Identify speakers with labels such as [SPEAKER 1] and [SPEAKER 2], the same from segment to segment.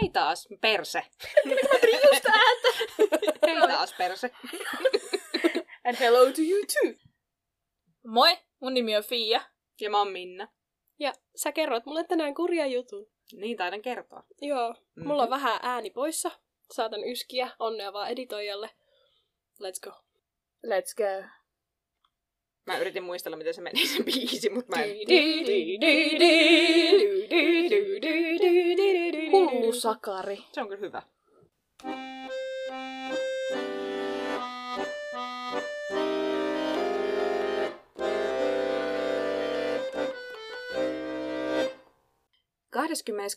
[SPEAKER 1] Hei taas, perse.
[SPEAKER 2] Just that!
[SPEAKER 1] Hei taas, perse.
[SPEAKER 2] And hello to you too! Moi! Mun nimi on Fia.
[SPEAKER 1] Ja mä oon Minna.
[SPEAKER 2] Ja sä kerroit mulle tänään kurja jutun.
[SPEAKER 1] Niin taidan kertoa.
[SPEAKER 2] Joo, mulla on vähän ääni poissa. Saatan yskiä, onnea vaan editoijalle. Let's go. Let's go.
[SPEAKER 1] Mä yritin muistella, miten se meni se biisi, mutta mä
[SPEAKER 2] Niin,
[SPEAKER 1] en...
[SPEAKER 2] Hullu sakari.
[SPEAKER 1] Se on kyllä hyvä.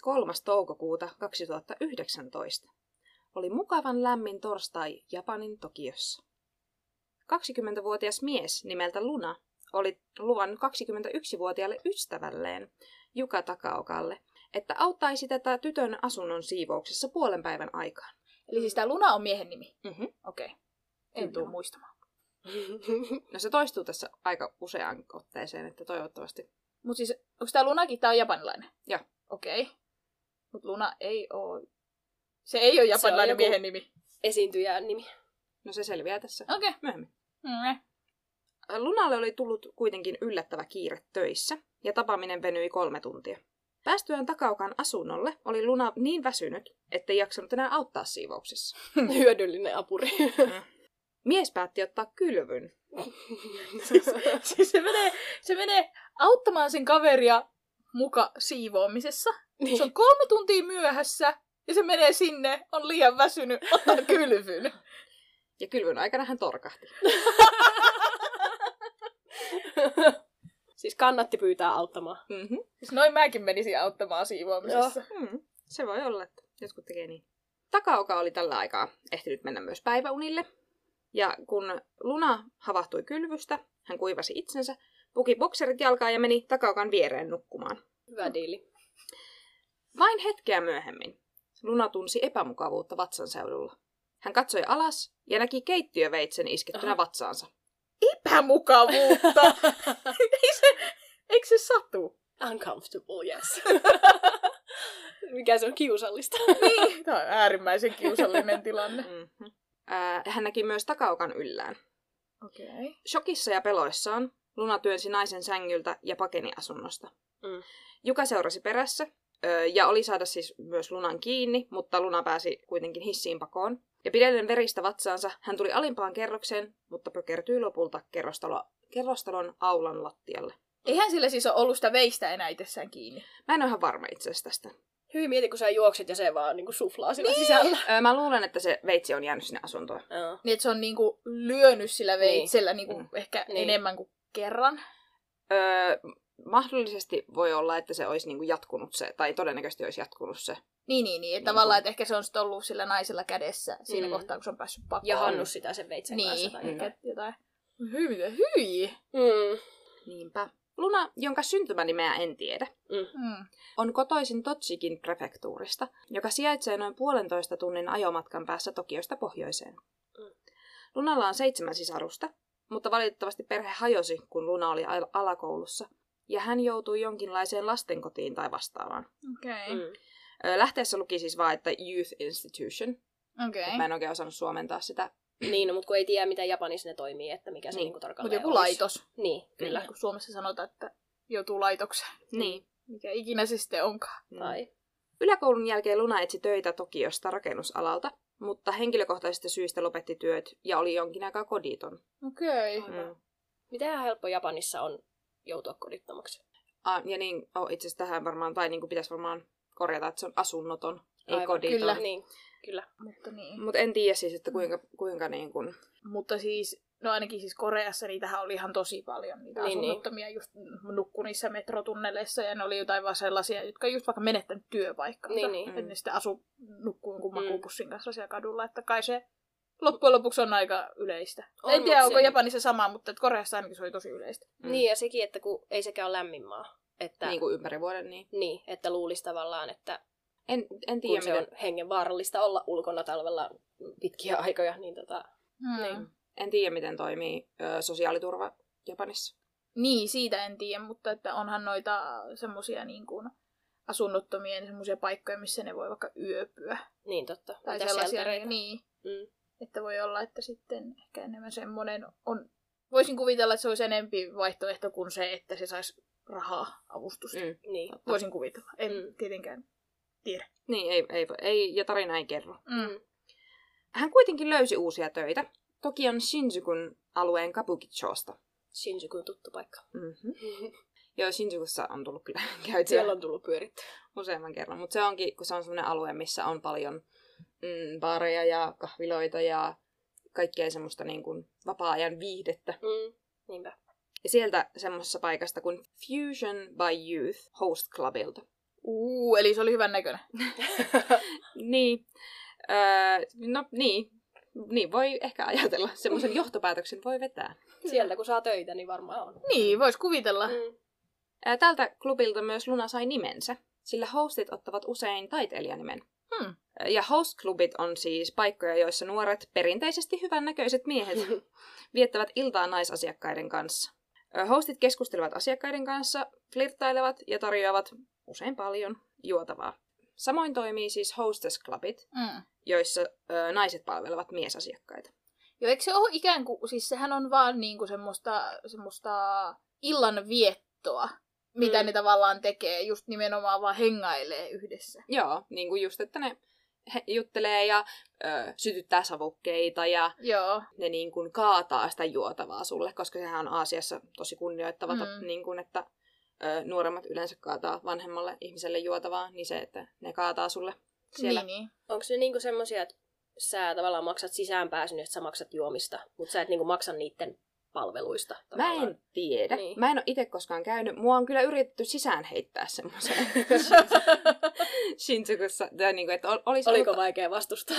[SPEAKER 1] kolmas toukokuuta 2019 oli mukavan lämmin torstai Japanin Tokiossa. 20-vuotias mies nimeltä Luna oli luvan 21-vuotiaalle ystävälleen Juka Takaokalle, että auttaisi tätä tytön asunnon siivouksessa puolen päivän aikaan.
[SPEAKER 3] Eli siis tää Luna on miehen nimi.
[SPEAKER 1] Mhm.
[SPEAKER 3] Okei. En
[SPEAKER 1] Kyllä.
[SPEAKER 3] tuu muistamaan.
[SPEAKER 1] No se toistuu tässä aika useaan otteeseen, että toivottavasti.
[SPEAKER 3] Mut siis, onks tää Lunakin? Tää on japanilainen.
[SPEAKER 1] Joo.
[SPEAKER 3] Okei. Mut Luna ei oo... Se ei oo
[SPEAKER 2] Se on
[SPEAKER 3] japanilainen
[SPEAKER 2] joku-
[SPEAKER 3] miehen nimi.
[SPEAKER 2] Esiintyjän nimi.
[SPEAKER 1] No se selviää tässä
[SPEAKER 3] Okei.
[SPEAKER 1] myöhemmin.
[SPEAKER 3] Mm.
[SPEAKER 1] Lunalle oli tullut kuitenkin yllättävä kiire töissä, ja tapaaminen venyi kolme tuntia. Päästyään takaukan asunnolle oli Luna niin väsynyt, ettei jaksanut enää auttaa siivouksessa.
[SPEAKER 2] Hmm. Hyödyllinen apuri.
[SPEAKER 1] Mies päätti ottaa kylvyn.
[SPEAKER 3] siis se menee, se menee auttamaan sen kaveria muka siivoamisessa.
[SPEAKER 2] Niin.
[SPEAKER 3] Se on kolme tuntia myöhässä ja se menee sinne, on liian väsynyt, ottaa kylvyn.
[SPEAKER 1] Ja kylvyn aikana hän torkahti.
[SPEAKER 2] Siis kannatti pyytää auttamaan.
[SPEAKER 1] Mm-hmm.
[SPEAKER 3] Siis noin mäkin menisin auttamaan siivoamisessa.
[SPEAKER 1] Mm, se voi olla, että jotkut tekee niin. Takaoka oli tällä aikaa ehtinyt mennä myös päiväunille. Ja kun Luna havahtui kylvystä, hän kuivasi itsensä, puki bokserit jalkaan ja meni Takaokan viereen nukkumaan.
[SPEAKER 2] Hyvä diili.
[SPEAKER 1] Vain hetkeä myöhemmin Luna tunsi epämukavuutta vatsan seudulla. Hän katsoi alas ja näki keittiöveitsen iskettynä
[SPEAKER 2] Aha.
[SPEAKER 1] vatsaansa.
[SPEAKER 3] Epämukavuutta! Ei se, eikö se satu?
[SPEAKER 2] Uncomfortable, yes. Mikä se on kiusallista?
[SPEAKER 3] Niin. Tämä on äärimmäisen kiusallinen tilanne.
[SPEAKER 1] Mm-hmm. Hän näki myös Takaokan yllään.
[SPEAKER 3] Okei. Okay.
[SPEAKER 1] Shokissa ja peloissaan Luna työnsi naisen sängyltä ja pakeni asunnosta.
[SPEAKER 2] Mm.
[SPEAKER 1] Juka seurasi perässä öö, ja oli saada siis myös Lunan kiinni, mutta Luna pääsi kuitenkin hissiin pakoon. Ja pidellen veristä vatsaansa hän tuli alimpaan kerrokseen, mutta pökertyi lopulta kerrostalo, kerrostalon aulan lattialle.
[SPEAKER 3] Eihän sillä siis ole ollut sitä veistä enää itsessään kiinni.
[SPEAKER 1] Mä en ole ihan varma itse asiassa tästä.
[SPEAKER 2] Hyvin mieti, kun sä juokset ja se vaan niin kuin suflaa sillä niin. sisällä.
[SPEAKER 1] Öö, mä luulen, että se veitsi on jäänyt sinne asuntoon.
[SPEAKER 2] Joo.
[SPEAKER 3] Niin, että se on niinku lyönyt sillä veitsellä niin.
[SPEAKER 1] Mm.
[SPEAKER 3] niinku ehkä
[SPEAKER 2] Niin.
[SPEAKER 3] niin. enemmän kuin kerran.
[SPEAKER 1] Öö, mahdollisesti voi olla, että se olisi niinku jatkunut se, tai todennäköisesti olisi jatkunut se.
[SPEAKER 3] Niin, niin, niin. Että
[SPEAKER 1] Niin
[SPEAKER 3] tavallaan,
[SPEAKER 1] kuin-
[SPEAKER 3] että ehkä se on sitten ollut sillä naisella kädessä siinä
[SPEAKER 2] Mm.
[SPEAKER 3] kohtaa, kun se on päässyt pakoon.
[SPEAKER 2] Ja hannus sitä sen veitsen kanssa.
[SPEAKER 3] Niin,
[SPEAKER 2] tai
[SPEAKER 3] ehkä
[SPEAKER 2] jotain.
[SPEAKER 3] jotain. Hyi, mitä hyi!
[SPEAKER 2] Mm.
[SPEAKER 1] Niinpä. Luna, jonka syntymänimeä en tiedä,
[SPEAKER 3] Mm.
[SPEAKER 1] on kotoisin Totsikin prefektuurista, joka sijaitsee noin puolentoista tunnin ajomatkan päässä Tokiosta pohjoiseen.
[SPEAKER 2] Mm.
[SPEAKER 1] Lunalla on seitsemän sisarusta, mutta valitettavasti perhe hajosi, kun Luna oli al- alakoulussa, ja hän joutui jonkinlaiseen lastenkotiin tai vastaavaan.
[SPEAKER 3] Okei. Okay.
[SPEAKER 2] Mm.
[SPEAKER 1] Ö, Lähteessä luki siis vaan, että Youth Institution.
[SPEAKER 3] Okei.
[SPEAKER 1] Mä en oikein osannut suomentaa sitä.
[SPEAKER 2] Niin, no, mutta kun ei tiedä, miten Japanissa ne toimii, että mikä se
[SPEAKER 1] Niin.
[SPEAKER 2] niin. niinku tarkalleen
[SPEAKER 3] Mutta joku
[SPEAKER 2] olisi.
[SPEAKER 3] laitos.
[SPEAKER 2] Niin,
[SPEAKER 3] Kyllä,
[SPEAKER 2] kyllä.
[SPEAKER 3] kun Suomessa sanotaan, että joutuu laitokseen.
[SPEAKER 1] Niin.
[SPEAKER 3] Mikä ikinä se sitten onkaan.
[SPEAKER 2] Tai
[SPEAKER 1] Yläkoulun jälkeen Luna etsi töitä Tokiosta rakennusalalta, mutta henkilökohtaisista syistä lopetti työt ja oli jonkin aikaa koditon. Mm.
[SPEAKER 3] Okei.
[SPEAKER 2] Aivan. miten helppo Japanissa on joutua kodittomaksi?
[SPEAKER 1] Ah, ja niin, oh, itse asiassa tähän varmaan, tai niin kuin pitäisi varmaan korjata, että se on asunnoton, ei
[SPEAKER 2] Aivan,
[SPEAKER 1] koditon.
[SPEAKER 3] kyllä.
[SPEAKER 2] Niin, kyllä.
[SPEAKER 3] Mutta niin.
[SPEAKER 1] Mutta en tiedä siis, että kuinka, kuinka niin kuin...
[SPEAKER 3] Mutta siis, no ainakin siis Koreassa niitähän oli ihan tosi paljon niitä
[SPEAKER 2] Niin,
[SPEAKER 3] niin,
[SPEAKER 2] niin.
[SPEAKER 3] asunnottomia, just nukku niissä metrotunneleissa ja ne oli jotain vaan sellaisia, jotka just vaikka menettänyt työpaikkansa.
[SPEAKER 2] Niin, niin.
[SPEAKER 3] Että ne sitten asu nukkuu jonkun
[SPEAKER 2] Mm.
[SPEAKER 3] makuupussin kanssa siellä kadulla, että kai se loppujen lopuksi on aika yleistä.
[SPEAKER 2] On,
[SPEAKER 3] en tiedä,
[SPEAKER 2] mut
[SPEAKER 3] onko
[SPEAKER 2] se-
[SPEAKER 3] Japanissa sama, mutta et Koreassa ainakin se oli tosi yleistä.
[SPEAKER 1] Mm.
[SPEAKER 2] Mm. Niin, ja sekin, että kun ei sekään ole lämmin maa. Että,
[SPEAKER 1] Niin
[SPEAKER 2] niin,
[SPEAKER 1] kuin ympäri vuoden, niin...
[SPEAKER 2] niin, että luulisi tavallaan, että
[SPEAKER 1] En, en
[SPEAKER 2] kun
[SPEAKER 1] tiedä,
[SPEAKER 2] se
[SPEAKER 1] miten...
[SPEAKER 2] on hengenvaarallista olla ulkona talvella pitkiä aikoja, niin tota...
[SPEAKER 3] Mm.
[SPEAKER 2] Niin.
[SPEAKER 1] En tiedä, miten toimii ö, sosiaaliturva Japanissa.
[SPEAKER 3] Niin, siitä en tiedä, mutta että onhan noita semmoisia niin kuin asunnottomien semmoisia paikkoja, missä ne voi vaikka yöpyä.
[SPEAKER 2] Niin totta.
[SPEAKER 3] Tai
[SPEAKER 2] Mitä
[SPEAKER 3] sellaisia,
[SPEAKER 2] sheltereitä?
[SPEAKER 3] niin.
[SPEAKER 2] Mm.
[SPEAKER 3] Että voi olla, että sitten ehkä enemmän semmoinen on... Voisin kuvitella, että se olisi enempi vaihtoehto kuin se, että se saisi rahaa avustusta.
[SPEAKER 1] Mm.
[SPEAKER 2] Niin.
[SPEAKER 3] Voisin kuvitella. En
[SPEAKER 2] Mm.
[SPEAKER 3] tietenkään tiedä.
[SPEAKER 1] Niin, ei, ei, ei, ja tarina ei kerro.
[SPEAKER 3] Mm.
[SPEAKER 1] Hän kuitenkin löysi uusia töitä. Toki on Shinjukun alueen Kabukichosta.
[SPEAKER 2] Shinjuku on tuttu paikka.
[SPEAKER 1] Mm-hmm. Joo, Shinjukussa on tullut kyllä käytyä
[SPEAKER 2] Siellä on tullut pyörittyä.
[SPEAKER 1] useamman kerran. Mutta se onkin, kun se on sellainen alue, missä on paljon mm, baareja ja kahviloita ja kaikkea semmoista niin kuin, vapaa-ajan viihdettä.
[SPEAKER 2] Mm. Niinpä.
[SPEAKER 1] Ja sieltä semmoisessa paikasta kuin Fusion by Youth Host Clubilta.
[SPEAKER 3] Uu, eli se oli hyvän näköinen.
[SPEAKER 1] Niin, öö, no niin, niin voi ehkä ajatella. Semmoisen johtopäätöksen voi vetää.
[SPEAKER 2] Sieltä kun saa töitä, niin varmaan on.
[SPEAKER 3] Niin, vois kuvitella.
[SPEAKER 2] Mm.
[SPEAKER 1] Ää, Tältä klubilta myös Luna sai nimensä, sillä hostit ottavat usein taiteilijanimen.
[SPEAKER 3] Hmm.
[SPEAKER 1] Ja host-klubit on siis paikkoja, joissa nuoret, perinteisesti hyvännäköiset
[SPEAKER 2] Hmm.
[SPEAKER 1] miehet, viettävät iltaa naisasiakkaiden kanssa. Ö, Hostit keskustelevat asiakkaiden kanssa, flirttailevat ja tarjoavat usein paljon juotavaa. Samoin toimii siis hostess clubit,
[SPEAKER 3] Mm.
[SPEAKER 1] joissa ö, naiset palvelevat miesasiakkaita.
[SPEAKER 3] Joo, eikö se ole ikään kuin, siis sehän on vaan niinku semmoista, semmoista illanviettoa, mitä
[SPEAKER 2] Mm.
[SPEAKER 3] ne tavallaan tekee, just nimenomaan vaan hengailee yhdessä.
[SPEAKER 1] Joo, niin kuin just, että ne he- juttelee ja ö, sytyttää savukkeita ja
[SPEAKER 3] Joo.
[SPEAKER 1] ne niin kuin kaataa sitä juotavaa sulle, koska sehän on Aasiassa tosi kunnioittava,
[SPEAKER 3] Mm.
[SPEAKER 1] mm. niin kuin, että ö, nuoremmat yleensä kaataa vanhemmalle ihmiselle juotavaa, niin se, että ne kaataa sulle siellä.
[SPEAKER 3] Niin, niin.
[SPEAKER 2] Onko ne niinku semmosia, että sä tavallaan maksat sisäänpääsyn, että sä maksat juomista, mutta sä et niinku maksa niiden palveluista.
[SPEAKER 1] Mä
[SPEAKER 2] tavallaan?
[SPEAKER 1] en tiedä.
[SPEAKER 2] Niin.
[SPEAKER 1] Niin. Mä en ole itse koskaan käynyt. Mua on kyllä yritetty sisään heittää semmoiseen Shinjukussa. Tai niin kuin, että ol- olisi
[SPEAKER 2] Oliko
[SPEAKER 1] ollut,
[SPEAKER 2] vaikea vastustaa?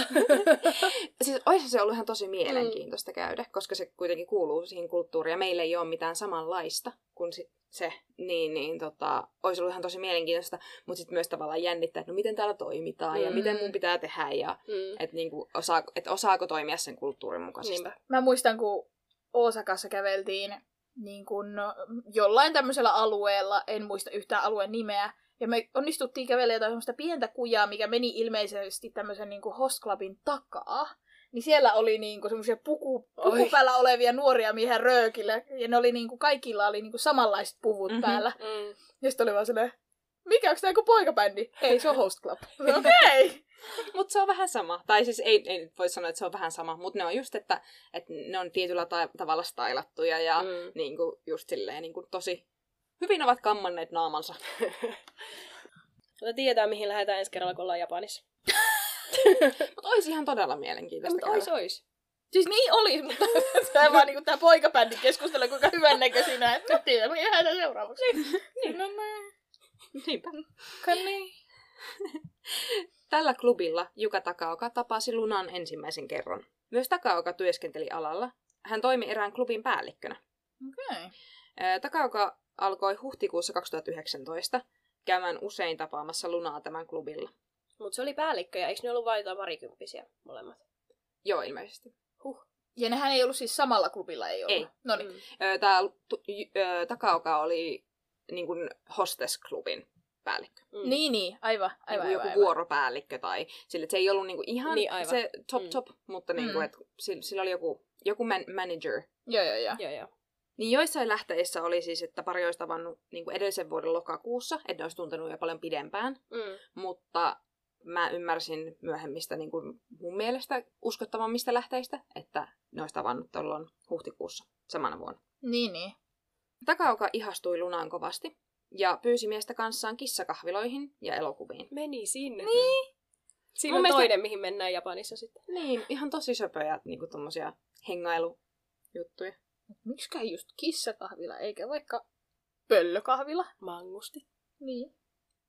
[SPEAKER 1] siis olisi se ollut ihan tosi mielenkiintoista mm. käydä, koska se kuitenkin kuuluu siihen kulttuuriin ja meillä ei ole mitään samanlaista kuin si- se. Niin, niin tota, olisi ollut ihan tosi mielenkiintoista, mutta sitten myös tavallaan jännittää, että no miten täällä toimitaan mm. ja
[SPEAKER 2] Mm.
[SPEAKER 1] miten mun pitää tehdä ja
[SPEAKER 2] mm.
[SPEAKER 1] että niinku, osaako, et osaako toimia sen kulttuurin mukaisesti.
[SPEAKER 2] Niinpä.
[SPEAKER 3] Mä muistan, kun Osakassa käveltiin niin kun, jollain tämmöisellä alueella, en muista yhtään alueen nimeä, ja me onnistuttiin kävelemään jotain semmoista pientä kujaa, mikä meni ilmeisesti tämmöisen niin host clubin takaa. Niin siellä oli niinku semmoisia puku,
[SPEAKER 2] Oi.
[SPEAKER 3] pukupäällä olevia nuoria miehiä röökillä, ja ne oli niinku, kaikilla oli niinku samanlaiset puvut
[SPEAKER 1] Mhm.
[SPEAKER 3] mm-hmm. päällä.
[SPEAKER 2] Mm.
[SPEAKER 3] Ja sitten oli vaan silleen, mikä, onko tämä joku poikabändi? Ei, se on host club. Okei! Okay.
[SPEAKER 1] Mutta se on vähän sama. Tai siis ei, ei nyt voi sanoa, että se on vähän sama, mutta ne on just, että, että ne on tietyllä ta- tavalla stylattuja ja mm.
[SPEAKER 2] Mm.
[SPEAKER 1] niin kuin, just silleen niin kuin tosi hyvin ovat kammanneet naamansa.
[SPEAKER 2] Mutta tietää, mihin lähdetään ensi kerralla, kun ollaan Japanissa.
[SPEAKER 1] Mutta olisi ihan todella mielenkiintoista
[SPEAKER 2] No, Mutta
[SPEAKER 1] käydä.
[SPEAKER 2] ois, ois.
[SPEAKER 3] Siis niin oli, mutta tämä vaan niinku tää poikabändi keskustelu, kuinka hyvännäkö sinä. Et nyt tiedä, me jäädään seuraavaksi. niin, no mä,
[SPEAKER 1] Niinpä. niin.
[SPEAKER 3] kanni.
[SPEAKER 1] Tällä klubilla Juka Takaoka tapasi Lunan ensimmäisen kerran. Myös Takaoka työskenteli alalla. Hän toimi erään klubin päällikkönä.
[SPEAKER 3] Okei.
[SPEAKER 1] Ää, Takaoka alkoi huhtikuussa 2019 käymään usein tapaamassa Lunaa tämän klubilla.
[SPEAKER 2] Mutta se oli päällikkö ja eikö ne ollut vain jotain parikymppisiä molemmat?
[SPEAKER 1] Joo, ilmeisesti.
[SPEAKER 3] Ja nehän ei ollut siis samalla klubilla, ei ollut.
[SPEAKER 1] Ei.
[SPEAKER 3] No niin.
[SPEAKER 2] Mm.
[SPEAKER 1] Tämä Takaoka oli niin kuin hostess-klubin päällikkö.
[SPEAKER 2] Mm.
[SPEAKER 3] Niin, niin, aivan, aivan,
[SPEAKER 1] niin
[SPEAKER 3] aivan,
[SPEAKER 1] joku
[SPEAKER 3] aivan.
[SPEAKER 1] vuoropäällikkö tai sille, että se ei ollut niin kuin ihan
[SPEAKER 2] Niin, aivan.
[SPEAKER 1] se top
[SPEAKER 2] Mm.
[SPEAKER 1] top, mutta niin
[SPEAKER 3] Mm.
[SPEAKER 1] kuin, että sillä, sillä oli joku, joku man, manager.
[SPEAKER 3] Joo, joo, joo.
[SPEAKER 2] Joo, joo.
[SPEAKER 1] Niin joissain lähteissä oli siis, että pari olisi tavannut niin kuin edellisen vuoden lokakuussa, että ne olisi tuntenut jo paljon pidempään,
[SPEAKER 2] Mm.
[SPEAKER 1] mutta mä ymmärsin myöhemmistä niin kuin mun mielestä uskottavammista lähteistä, että ne olisi tavannut tuolloin huhtikuussa samana vuonna.
[SPEAKER 3] Niin, niin.
[SPEAKER 1] Takaoka ihastui Lunaan kovasti ja pyysi miestä kanssaan kissakahviloihin ja elokuviin.
[SPEAKER 2] Meni sinne. Niin. Siinä
[SPEAKER 1] Mun
[SPEAKER 2] on
[SPEAKER 1] mielestä-
[SPEAKER 2] toinen, mihin mennään Japanissa sitten.
[SPEAKER 1] Niin, ihan tosi söpöjä niinku tommosia hengailujuttuja.
[SPEAKER 3] Miksikään just kissakahvila, eikä vaikka pöllökahvila?
[SPEAKER 2] Mangusti.
[SPEAKER 3] Niin.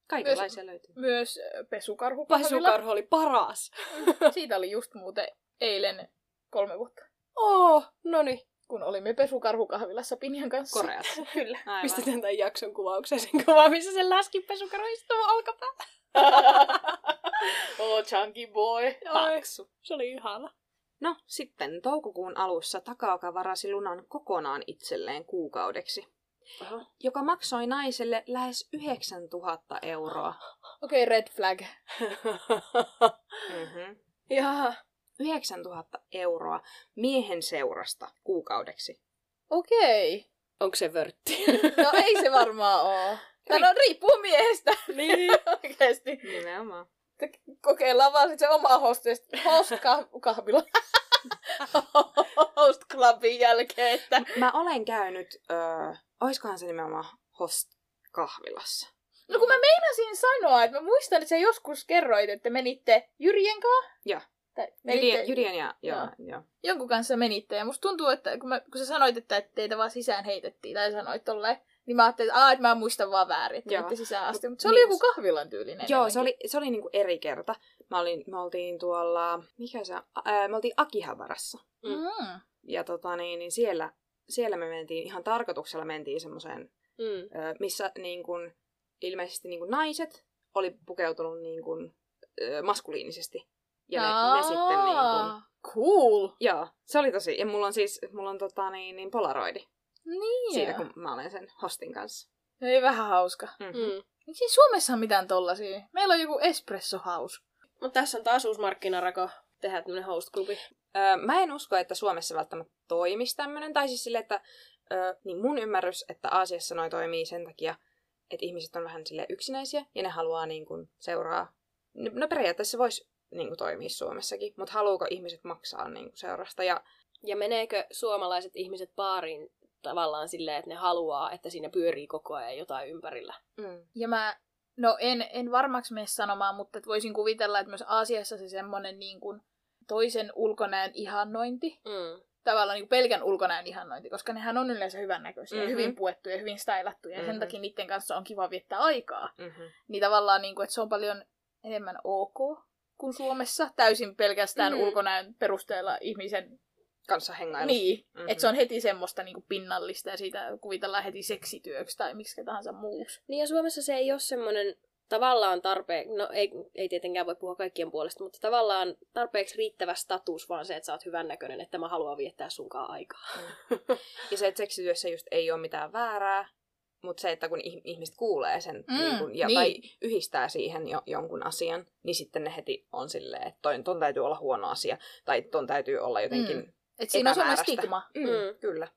[SPEAKER 1] Kaikenlaisia löytyy.
[SPEAKER 3] Myös ö, pesukarhukahvila.
[SPEAKER 2] Pasukarho oli paras.
[SPEAKER 3] Siitä oli just muuten eilen kolme vuotta,
[SPEAKER 2] Oo, no niin.
[SPEAKER 3] kun olimme pesukarhukahvilassa Pinjan kanssa.
[SPEAKER 1] Koreassa.
[SPEAKER 2] Kyllä.
[SPEAKER 1] Aivan.
[SPEAKER 2] Pistetään tämän jakson kuvaukseen sen kuva, missä se läski pesukarho istuu olkapää.
[SPEAKER 3] oh, chunky boy.
[SPEAKER 2] Oi, se oli ihana.
[SPEAKER 1] No, sitten toukokuun alussa Takaoka varasi Lunan kokonaan itselleen kuukaudeksi.
[SPEAKER 2] Aha.
[SPEAKER 1] joka maksoi naiselle lähes 9000 euroa.
[SPEAKER 3] Okei, okay, red flag.
[SPEAKER 1] Mm-hmm.
[SPEAKER 2] Jaa.
[SPEAKER 1] 9000 euroa miehen seurasta kuukaudeksi.
[SPEAKER 3] Okei.
[SPEAKER 2] Onko se vörtti?
[SPEAKER 3] Okay. No ei se varmaan oo. Tai no riippuu miehestä
[SPEAKER 2] niin.
[SPEAKER 3] oikeesti.
[SPEAKER 1] Nimenomaan.
[SPEAKER 3] Kokeillaan vaan sit se oma hostest, host kah- kahvila. host clubin jälkeen, että...
[SPEAKER 1] Mä olen käynyt, öö, oiskohan se nimenomaan host kahvilassa.
[SPEAKER 3] No kun mä meinasin sanoa, että mä muistan, että sä joskus kerroit, että menitte Jyrjen kanssa.
[SPEAKER 1] Joo.
[SPEAKER 3] Tai menitte
[SPEAKER 1] Jyrien, Jyrien ja, joo,
[SPEAKER 3] Joo.
[SPEAKER 1] joo.
[SPEAKER 3] jonkun kanssa menitte. Ja musta tuntuu, että kun, mä, kun sä sanoit, että teitä vaan sisään heitettiin, tai sanoit tolleen, niin mä ajattelin, että, aa, että mä muistan vaan väärin, että
[SPEAKER 1] Joo.
[SPEAKER 3] menitte sisään asti. Mutta se
[SPEAKER 1] Mut
[SPEAKER 3] oli
[SPEAKER 1] niin.
[SPEAKER 3] joku kahvilan tyylinen.
[SPEAKER 1] Joo, se
[SPEAKER 3] enemmänkin.
[SPEAKER 1] oli, se oli niinku eri kerta. Mä olin, me oltiin tuolla, mikä se on, ää, me oltiin Akihabarassa.
[SPEAKER 3] Mm.
[SPEAKER 1] Ja tota niin, niin siellä, siellä me mentiin, ihan tarkoituksella mentiin semmoiseen,
[SPEAKER 2] Mm.
[SPEAKER 1] ö, missä niin kun, ilmeisesti niin kun naiset oli pukeutunut niin kun, ö, maskuliinisesti. Ja ne, ne sitten niin kun,
[SPEAKER 3] Aa, Cool.
[SPEAKER 1] joo, se oli tosi. Ja mulla on siis, mulla on tota niin, niin polaroidi
[SPEAKER 3] Niin.
[SPEAKER 1] siitä, kun mä olen sen hostin kanssa.
[SPEAKER 3] Ei vähän hauska.
[SPEAKER 1] Mm.
[SPEAKER 2] Mm.
[SPEAKER 3] Miksi ei Suomessa ole mitään tollasia? Meillä on joku espresso house.
[SPEAKER 2] Mutta tässä on taas uusi markkinarako tehdä tämmönen host-klubi.
[SPEAKER 1] Öö, mä en usko, että Suomessa välttämättä toimisi tämmöinen. Tai siis sille, että öö, niin mun ymmärrys, että Aasiassa noi toimii sen takia, että ihmiset on vähän sille yksinäisiä ja ne haluaa niin kuin, seuraa. No, no periaatteessa voisi niin kuin, toimia Suomessakin, mutta haluuko ihmiset maksaa niin kuin, seurasta? Ja
[SPEAKER 2] Ja meneekö suomalaiset ihmiset baariin tavallaan silleen, että ne haluaa, että siinä pyörii koko ajan jotain ympärillä?
[SPEAKER 1] mm,
[SPEAKER 3] Ja mä, no en, en varmaksi mene sanomaan, mutta et voisin kuvitella, että myös Aasiassa se semmonen niin kuin toisen ulkonäön ihannointi,
[SPEAKER 2] Mm.
[SPEAKER 3] tavallaan niin kuin pelkän ulkonäön ihannointi, koska nehän on yleensä hyvännäköisiä,
[SPEAKER 1] Mhm.
[SPEAKER 3] mm-hmm. hyvin puettuja, hyvin stylattuja, mm-hmm. ja
[SPEAKER 1] Mhm.
[SPEAKER 3] sen takia niiden kanssa on kiva viettää aikaa.
[SPEAKER 1] mm-hmm.
[SPEAKER 3] Niin tavallaan, niin kuin, että se on paljon enemmän ok kuin Suomessa, täysin pelkästään
[SPEAKER 2] Mm.
[SPEAKER 1] Mhm.
[SPEAKER 3] mm-hmm. ulkonäön perusteella ihmisen
[SPEAKER 1] kanssa hengailu.
[SPEAKER 3] Niin,
[SPEAKER 1] Mhm.
[SPEAKER 3] mm-hmm. että se on heti semmoista niinku pinnallista ja siitä kuvitellaan heti seksityöksi tai miksi tahansa muuksi.
[SPEAKER 2] Niin ja Suomessa se ei ole semmoinen tavallaan tarpeen, no ei, ei tietenkään voi puhua kaikkien puolesta, mutta tavallaan tarpeeksi riittävä status vaan se, että sä oot hyvännäköinen, että mä haluan viettää sunkaan aikaa.
[SPEAKER 1] Ja se, että seksityössä just ei ole mitään väärää, mutta se, että kun ih- ihmiset kuulee sen mm,
[SPEAKER 3] Mm,
[SPEAKER 1] niin kun, ja, niin.
[SPEAKER 3] niin.
[SPEAKER 1] tai yhdistää siihen jo, jonkun asian, niin sitten ne heti on silleen, että ton, ton täytyy olla huono asia tai ton täytyy olla jotenkin... Mm,
[SPEAKER 3] Et siinä on semmoinen
[SPEAKER 1] Epämääräistä.
[SPEAKER 3] stigma.
[SPEAKER 1] mm, mm.
[SPEAKER 2] Mm.
[SPEAKER 1] Kyllä.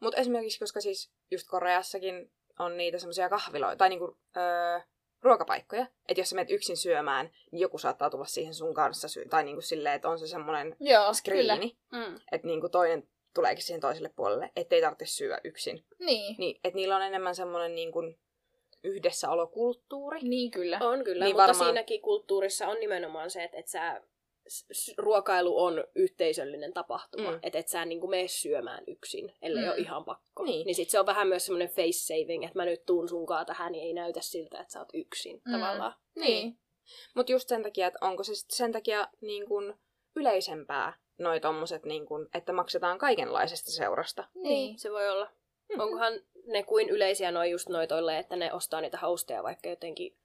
[SPEAKER 1] Mutta esimerkiksi, koska siis just Koreassakin on niitä semmoisia kahviloita tai niinku, öö, ruokapaikkoja, että jos sä menet yksin syömään, niin joku saattaa tulla siihen sun kanssa syy, tai niinku silleen, että on se semmoinen
[SPEAKER 3] Joo, kyllä.
[SPEAKER 1] skriini,
[SPEAKER 2] Mm.
[SPEAKER 1] että niinku toinen tuleekin siihen toiselle puolelle, ettei tarvitse syödä yksin.
[SPEAKER 3] Niin.
[SPEAKER 1] Niin, että niillä on enemmän semmoinen niin kuin yhdessäolokulttuuri.
[SPEAKER 3] Niin kyllä.
[SPEAKER 1] Niin
[SPEAKER 2] On kyllä, niin mutta
[SPEAKER 1] varmaan.
[SPEAKER 2] varmaan... siinäkin kulttuurissa on nimenomaan se, että et sä, s- s- ruokailu on yhteisöllinen tapahtuma,
[SPEAKER 1] Mm.
[SPEAKER 2] mm. että et sä niin mene syömään yksin, ellei
[SPEAKER 3] Mm.
[SPEAKER 2] mm. ole ihan pakko.
[SPEAKER 1] Niin.
[SPEAKER 2] niin sit se on vähän myös semmoinen face saving, että mä nyt tuun sunkaan tähän, niin ei näytä siltä, että sä oot yksin
[SPEAKER 3] Mm.
[SPEAKER 2] mm. tavallaan.
[SPEAKER 3] Niin.
[SPEAKER 1] Mutta just sen takia, että onko se sit sen takia niin kuin yleisempää noi tommoset, niin kuin, että maksetaan kaikenlaisesta seurasta.
[SPEAKER 3] Niin.
[SPEAKER 2] Se voi olla. Mm. Onkohan ne kuin yleisiä noin just noi tolle, että ne ostaa niitä hosteja vaikka jotenkin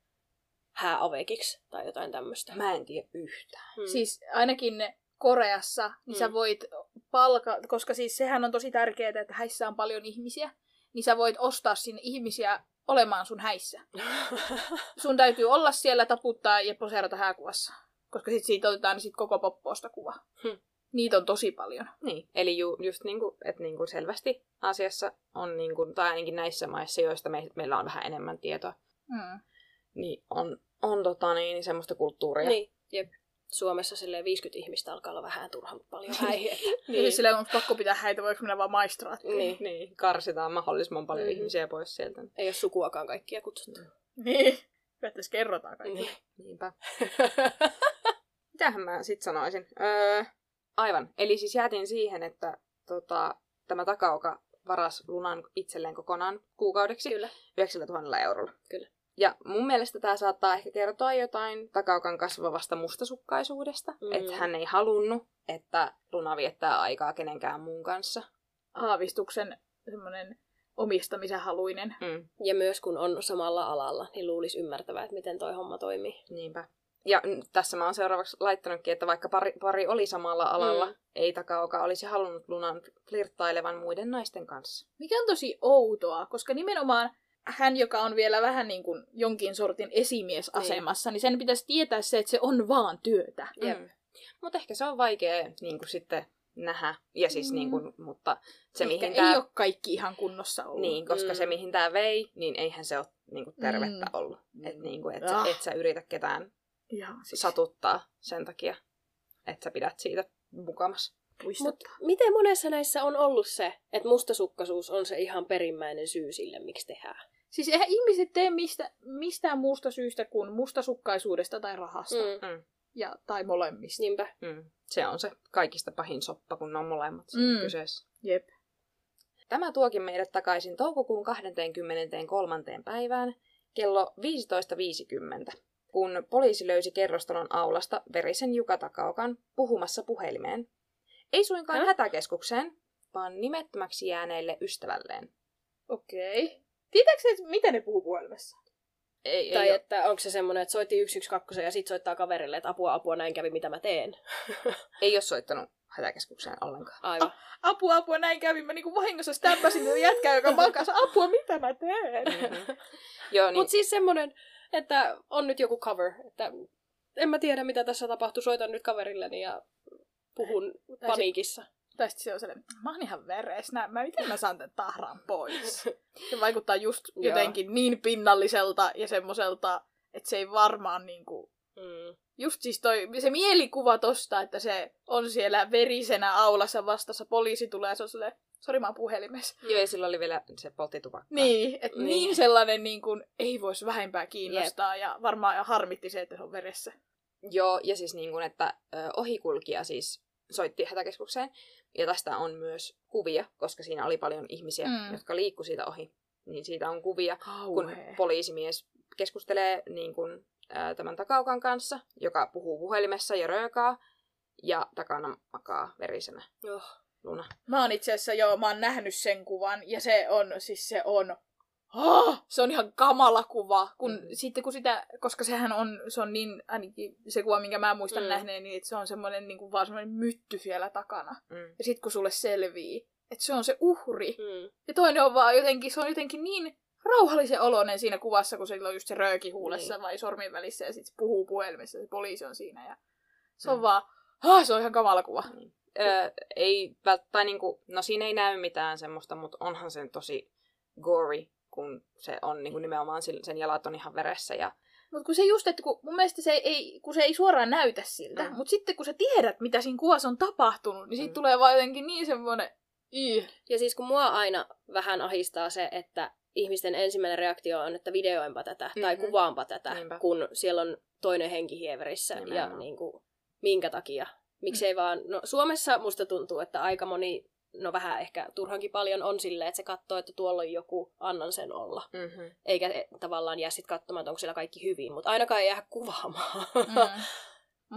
[SPEAKER 2] hääavekiksi tai jotain tämmöistä.
[SPEAKER 1] Mä en tiedä yhtään.
[SPEAKER 2] Mm.
[SPEAKER 3] Siis ainakin Koreassa, niin
[SPEAKER 2] Mm.
[SPEAKER 3] sä voit palka, koska siis sehän on tosi tärkeää, että häissä on paljon ihmisiä, niin sä voit ostaa sinne ihmisiä olemaan sun häissä. Sun täytyy olla siellä, taputtaa ja poseerata hääkuvassa. Koska sit siitä otetaan sit koko poppoosta kuva.
[SPEAKER 2] Hmm.
[SPEAKER 3] Niitä on tosi paljon.
[SPEAKER 1] Niin, eli ju, just niin kuin, että niin kuin selvästi asiassa on, niin kuin, tai ainakin näissä maissa, joista me, meillä on vähän enemmän tietoa,
[SPEAKER 3] Mm.
[SPEAKER 1] niin on, on tota, niin, semmoista kulttuuria.
[SPEAKER 2] Niin, jep. Suomessa silleen 50 ihmistä alkaa olla vähän turhan paljon häihiä.
[SPEAKER 3] Niin. Siis silleen, onko pakko pitää häitä, voiko minä vaan maistraattiin.
[SPEAKER 2] niin.
[SPEAKER 1] niin, karsitaan mahdollisimman paljon
[SPEAKER 2] Mhm.
[SPEAKER 1] mm-hmm. ihmisiä pois sieltä.
[SPEAKER 2] Ei ole sukuakaan kaikkia kutsuttu.
[SPEAKER 3] Niin. Periaatteessa kerrotaan kaikki.
[SPEAKER 2] Niin.
[SPEAKER 1] Niinpä. Mitähän mä sit sanoisin? Öö, aivan. Eli siis jäätin siihen, että tota, tämä takauka varas lunan itselleen kokonaan kuukaudeksi
[SPEAKER 2] Kyllä.
[SPEAKER 1] 9000 eurolla.
[SPEAKER 2] Kyllä.
[SPEAKER 1] Ja mun mielestä tämä saattaa ehkä kertoa jotain takaukan kasvavasta mustasukkaisuudesta.
[SPEAKER 2] Mm.
[SPEAKER 1] Mm. Että hän ei halunnut, että Luna viettää aikaa kenenkään muun kanssa.
[SPEAKER 3] Aavistuksen semmoinen omistamisen haluinen.
[SPEAKER 1] Mm.
[SPEAKER 2] Ja myös kun on samalla alalla, niin luulisi ymmärtävää, että miten toi homma toimii.
[SPEAKER 1] Niinpä. ja n- tässä mä oon seuraavaksi laittanutkin, että vaikka pari, pari oli samalla alalla,
[SPEAKER 2] Mm.
[SPEAKER 1] mm. ei Takaoka olisi halunnut Lunan flirttailevan muiden naisten kanssa.
[SPEAKER 3] Mikä on tosi outoa, koska nimenomaan hän, joka on vielä vähän niin kuin jonkin sortin esimiesasemassa, niin. niin sen pitäisi tietää se, että se on vaan työtä.
[SPEAKER 2] Jep.
[SPEAKER 1] Mm. Mutta ehkä se on vaikea niin kuin sitten nähdä. Ja siis,
[SPEAKER 3] Mm.
[SPEAKER 1] mm. niin kuin, mutta se
[SPEAKER 3] Ehkä
[SPEAKER 1] mihin
[SPEAKER 3] ei
[SPEAKER 1] tää,
[SPEAKER 3] ole kaikki ihan kunnossa ollut.
[SPEAKER 1] niin, koska
[SPEAKER 2] Mm.
[SPEAKER 1] mm. se mihin tämä vei, niin eihän se ole niin kuin tervettä
[SPEAKER 3] Mm.
[SPEAKER 1] mm. ollut. Että niin kuin, et,
[SPEAKER 3] Ah.
[SPEAKER 1] ah. et sä yritä ketään
[SPEAKER 3] Ihan siis.
[SPEAKER 1] satuttaa sen takia, että sä pidät siitä mukamas.
[SPEAKER 2] Mut miten monessa näissä on ollut se, että mustasukkaisuus on se ihan perimmäinen syy sille, miksi tehdään?
[SPEAKER 3] Siis eihän ihmiset tee mistä, mistään muusta syystä kuin mustasukkaisuudesta tai rahasta. Mm.
[SPEAKER 1] Mm.
[SPEAKER 3] Ja, tai molemmista.
[SPEAKER 2] Niinpä.
[SPEAKER 1] Mm. Se on se kaikista pahin soppa, kun ne on molemmat
[SPEAKER 3] Mm.
[SPEAKER 1] mm. kyseessä.
[SPEAKER 3] Jep.
[SPEAKER 1] Tämä tuokin meidät takaisin toukokuun 23. päivään kello 15.50, kun poliisi löysi kerrostalon aulasta verisen Juka Takaokan puhumassa puhelimeen. Ei suinkaan
[SPEAKER 2] Häh?
[SPEAKER 1] hätäkeskukseen, vaan nimettömäksi jääneelle ystävälleen.
[SPEAKER 3] Okei. Okay. Tietääkö sä, että mitä ne puhuu puhelimessa?
[SPEAKER 1] Ei,
[SPEAKER 2] tai
[SPEAKER 1] ei oo-
[SPEAKER 2] että onko se semmoinen, että soitti 112 ja sitten soittaa kaverille, että apua, apua, näin kävi, mitä mä teen.
[SPEAKER 1] ei ole soittanut hätäkeskukseen ollenkaan.
[SPEAKER 2] Aivan.
[SPEAKER 3] Apua, apua, näin kävi. Mä niinku vahingossa stämpäsin tätä jätkää, joka makas. Apua, mitä mä teen?
[SPEAKER 1] Joo,
[SPEAKER 2] Niin.
[SPEAKER 1] niin,
[SPEAKER 2] Mutta siis semmoinen, että on nyt joku cover, että en mä tiedä mitä tässä tapahtui, soitan nyt kaverilleni ja puhun
[SPEAKER 3] se-
[SPEAKER 2] paniikissa.
[SPEAKER 3] Tai sitten se on sellainen, mä oon ihan veresnä. Mä miten mä saan tän tahran pois? Se vaikuttaa just
[SPEAKER 2] Joo.
[SPEAKER 3] jotenkin niin pinnalliselta ja semmoiselta, että se ei varmaan niinku
[SPEAKER 2] Mm.
[SPEAKER 3] Just siis toi, se mielikuva tosta, että se on siellä verisenä aulassa vastassa, poliisi tulee ja se on silleen, sori mä oon puhelimessa.
[SPEAKER 1] joo, ja sillä oli vielä se polttitupakka.
[SPEAKER 3] Niin, et
[SPEAKER 2] Niin.
[SPEAKER 3] niin. niin sellainen niin kuin, ei voisi vähempää kiinnostaa ja varmaan harmitti se, että se on veressä.
[SPEAKER 1] Joo, ja siis niin kuin, että ö, ohikulkija siis soitti hätäkeskukseen, ja tästä on myös kuvia, koska siinä oli paljon ihmisiä,
[SPEAKER 3] Mm.
[SPEAKER 1] mm. jotka liikku siitä ohi. Niin siitä on kuvia, kun
[SPEAKER 3] Kauhea.
[SPEAKER 1] poliisimies keskustelee niin kuin, ö, tämän takaukan kanssa, joka puhuu puhelimessa ja röökaa, ja takana makaa verisenä
[SPEAKER 2] Joo.
[SPEAKER 1] luna.
[SPEAKER 3] Mä oon itse asiassa, joo, mä oon nähnyt sen kuvan ja se on, siis se on, oh, se on ihan kamala kuva, kun mm.
[SPEAKER 1] Mm.
[SPEAKER 3] sitten kun sitä, koska sehän on, se on niin, ainakin se kuva, minkä mä muistan mm.
[SPEAKER 2] Mm.
[SPEAKER 3] nähneen, niin että se on semmoinen niin kuin vaan semmoinen mytty siellä takana.
[SPEAKER 1] Mm.
[SPEAKER 3] Ja sit kun sulle selvii, että se on se uhri.
[SPEAKER 2] Mm.
[SPEAKER 3] Ja toinen on vaan jotenkin, se on jotenkin niin rauhallisen oloinen siinä kuvassa, kun sillä on just se rööki huulessa niin.
[SPEAKER 2] Niin.
[SPEAKER 3] vai sormien välissä ja sit se puhuu puhelimessa ja se poliisi on siinä. Ja se on mm.
[SPEAKER 1] Mm.
[SPEAKER 3] vaan, ah, se on ihan kamala kuva.
[SPEAKER 1] Niin. Ö, ei vält- tai niin kuin, no siinä ei näy mitään semmoista, mutta onhan sen tosi gory, kun se on niin kuin nimenomaan sillä- sen jalat on ihan veressä ja
[SPEAKER 3] Mutta kun se just, että kun mun mielestä se ei, kun se ei suoraan näytä siltä, mm.
[SPEAKER 1] Mm.
[SPEAKER 3] mutta sitten kun sä tiedät, mitä siinä kuvassa on tapahtunut, niin siitä mm.
[SPEAKER 1] Mm.
[SPEAKER 3] tulee vaan jotenkin niin semmoinen, ih,
[SPEAKER 2] Ja siis kun mua aina vähän ahistaa se, että ihmisten ensimmäinen reaktio on, että videoinpa tätä mm-hmm. tai
[SPEAKER 1] Mhm.
[SPEAKER 2] kuvaanpa tätä, Niinpä.
[SPEAKER 1] Niinpä.
[SPEAKER 2] kun siellä on toinen henki hieverissä ja
[SPEAKER 1] Nimenomaan. Mm.
[SPEAKER 2] niin kuin, minkä takia. Miksei vaan, no Suomessa musta tuntuu, että aika moni, no vähän ehkä turhankin paljon on silleen, että se katsoo, että tuolla on joku, annan sen olla.
[SPEAKER 1] mm-hmm.
[SPEAKER 2] Eikä eh, tavallaan jää sitten katsomaan, että onko siellä kaikki hyvin, mutta ainakaan ei jää kuvaamaan.
[SPEAKER 3] mm.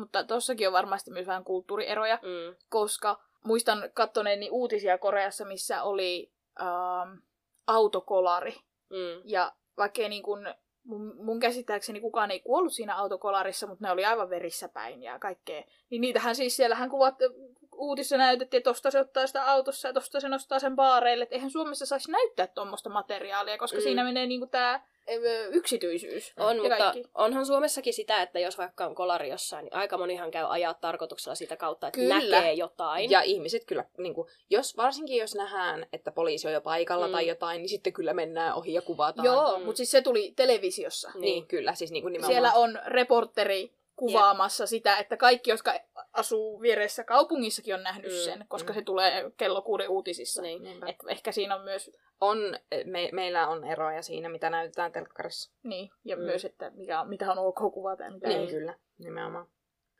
[SPEAKER 3] Mutta tossakin on varmasti myös vähän kulttuurieroja.
[SPEAKER 2] Mm.
[SPEAKER 3] koska muistan kattoneeni uutisia Koreassa, missä oli ähm, autokolari.
[SPEAKER 2] Mm.
[SPEAKER 3] Ja vaikkei niin kun, mun, mun käsittääkseni kukaan ei kuollut siinä autokolarissa, mutta ne oli aivan verissä päin ja kaikkea. Niin niitähän siis siellähän kuvat uutissa näytettiin, että tosta se ottaa sitä autossa ja tosta se nostaa sen baareille. Et eihän Suomessa saisi näyttää tuommoista materiaalia, koska mm.
[SPEAKER 2] Mm.
[SPEAKER 3] siinä menee niin tämä yksityisyys.
[SPEAKER 2] On,
[SPEAKER 3] ja
[SPEAKER 2] mutta
[SPEAKER 3] kaikki.
[SPEAKER 2] onhan Suomessakin sitä, että jos vaikka on kolari jossain, niin aika monihan käy ajaa tarkoituksella sitä kautta, että
[SPEAKER 1] Kyllä.
[SPEAKER 2] näkee jotain.
[SPEAKER 1] Ja ihmiset kyllä, niin kuin, jos, varsinkin jos nähdään, että poliisi on jo paikalla
[SPEAKER 2] Mm.
[SPEAKER 1] mm. tai jotain, niin sitten kyllä mennään ohi ja kuvataan.
[SPEAKER 3] Joo,
[SPEAKER 2] Mm.
[SPEAKER 3] mutta siis se tuli televisiossa.
[SPEAKER 1] Niin, niin kyllä, siis niin kuin nimenomaan.
[SPEAKER 3] Siellä on reporteri kuvaamassa sitä, että kaikki, jotka asuu vieressä kaupungissakin, on nähnyt
[SPEAKER 2] Mm,
[SPEAKER 3] mm, sen, koska mm.
[SPEAKER 1] mm.
[SPEAKER 3] se tulee kello kuuden uutisissa.
[SPEAKER 2] Niin.
[SPEAKER 1] Niinpä.
[SPEAKER 3] Et ehkä siinä on myös,
[SPEAKER 1] on me, meillä on eroja siinä, mitä näytetään telkkarissa.
[SPEAKER 3] niin, ja mm.
[SPEAKER 2] Mm.
[SPEAKER 3] myös, että mikä on, mitä on ok kuvata ja mitä
[SPEAKER 1] Niin,
[SPEAKER 3] ei.
[SPEAKER 1] kyllä, nimenomaan.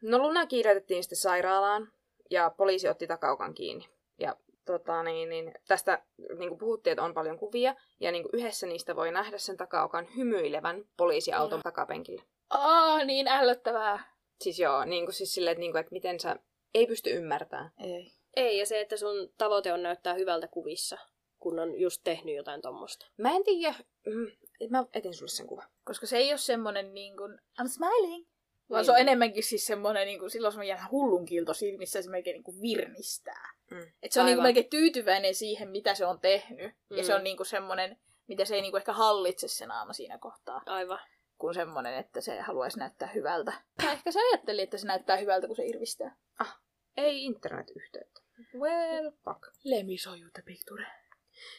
[SPEAKER 1] No Luna kiiretettiin sitten sairaalaan ja poliisi otti takaukan kiinni. Ja tota, niin, niin, tästä niin kuin puhuttiin, että on paljon kuvia ja niin kuin yhdessä niistä voi nähdä sen takaukan hymyilevän poliisiauton
[SPEAKER 2] Mm.
[SPEAKER 1] takapenkillä.
[SPEAKER 3] Aa, niin ällöttävää.
[SPEAKER 1] Siis joo, niin kuin, siis silleen, että, niin kuin, että miten sä ei pysty ymmärtämään.
[SPEAKER 3] Ei.
[SPEAKER 2] Ei, ja se, että sun tavoite on näyttää hyvältä kuvissa, kun on just tehnyt jotain tommosta.
[SPEAKER 1] Mä en tiedä. Mm, mä etin sulle sen kuvan.
[SPEAKER 3] Koska se ei ole semmoinen niin kuin, I'm smiling, Vaan se on enemmänkin siis semmoinen, niin kuin, silloin semmoinen jännä hullunkilto silmissä, ja se melkein niin kuin virnistää.
[SPEAKER 1] Mm.
[SPEAKER 3] Et se on niin kuin
[SPEAKER 2] Aivan.
[SPEAKER 3] melkein tyytyväinen siihen, mitä se on tehnyt. Mm. Ja se
[SPEAKER 2] Mm.
[SPEAKER 3] on niin kuin semmoinen, mitä se ei niin kuin ehkä hallitse se naama siinä kohtaa,
[SPEAKER 2] Aivan.
[SPEAKER 3] kuin semmoinen, että se haluaisi näyttää hyvältä. Tai ehkä se ajatteli, että se näyttää hyvältä, kun se irvistää.
[SPEAKER 1] Ei internet-yhteyttä. Well, fuck.
[SPEAKER 3] Let me show you the picture.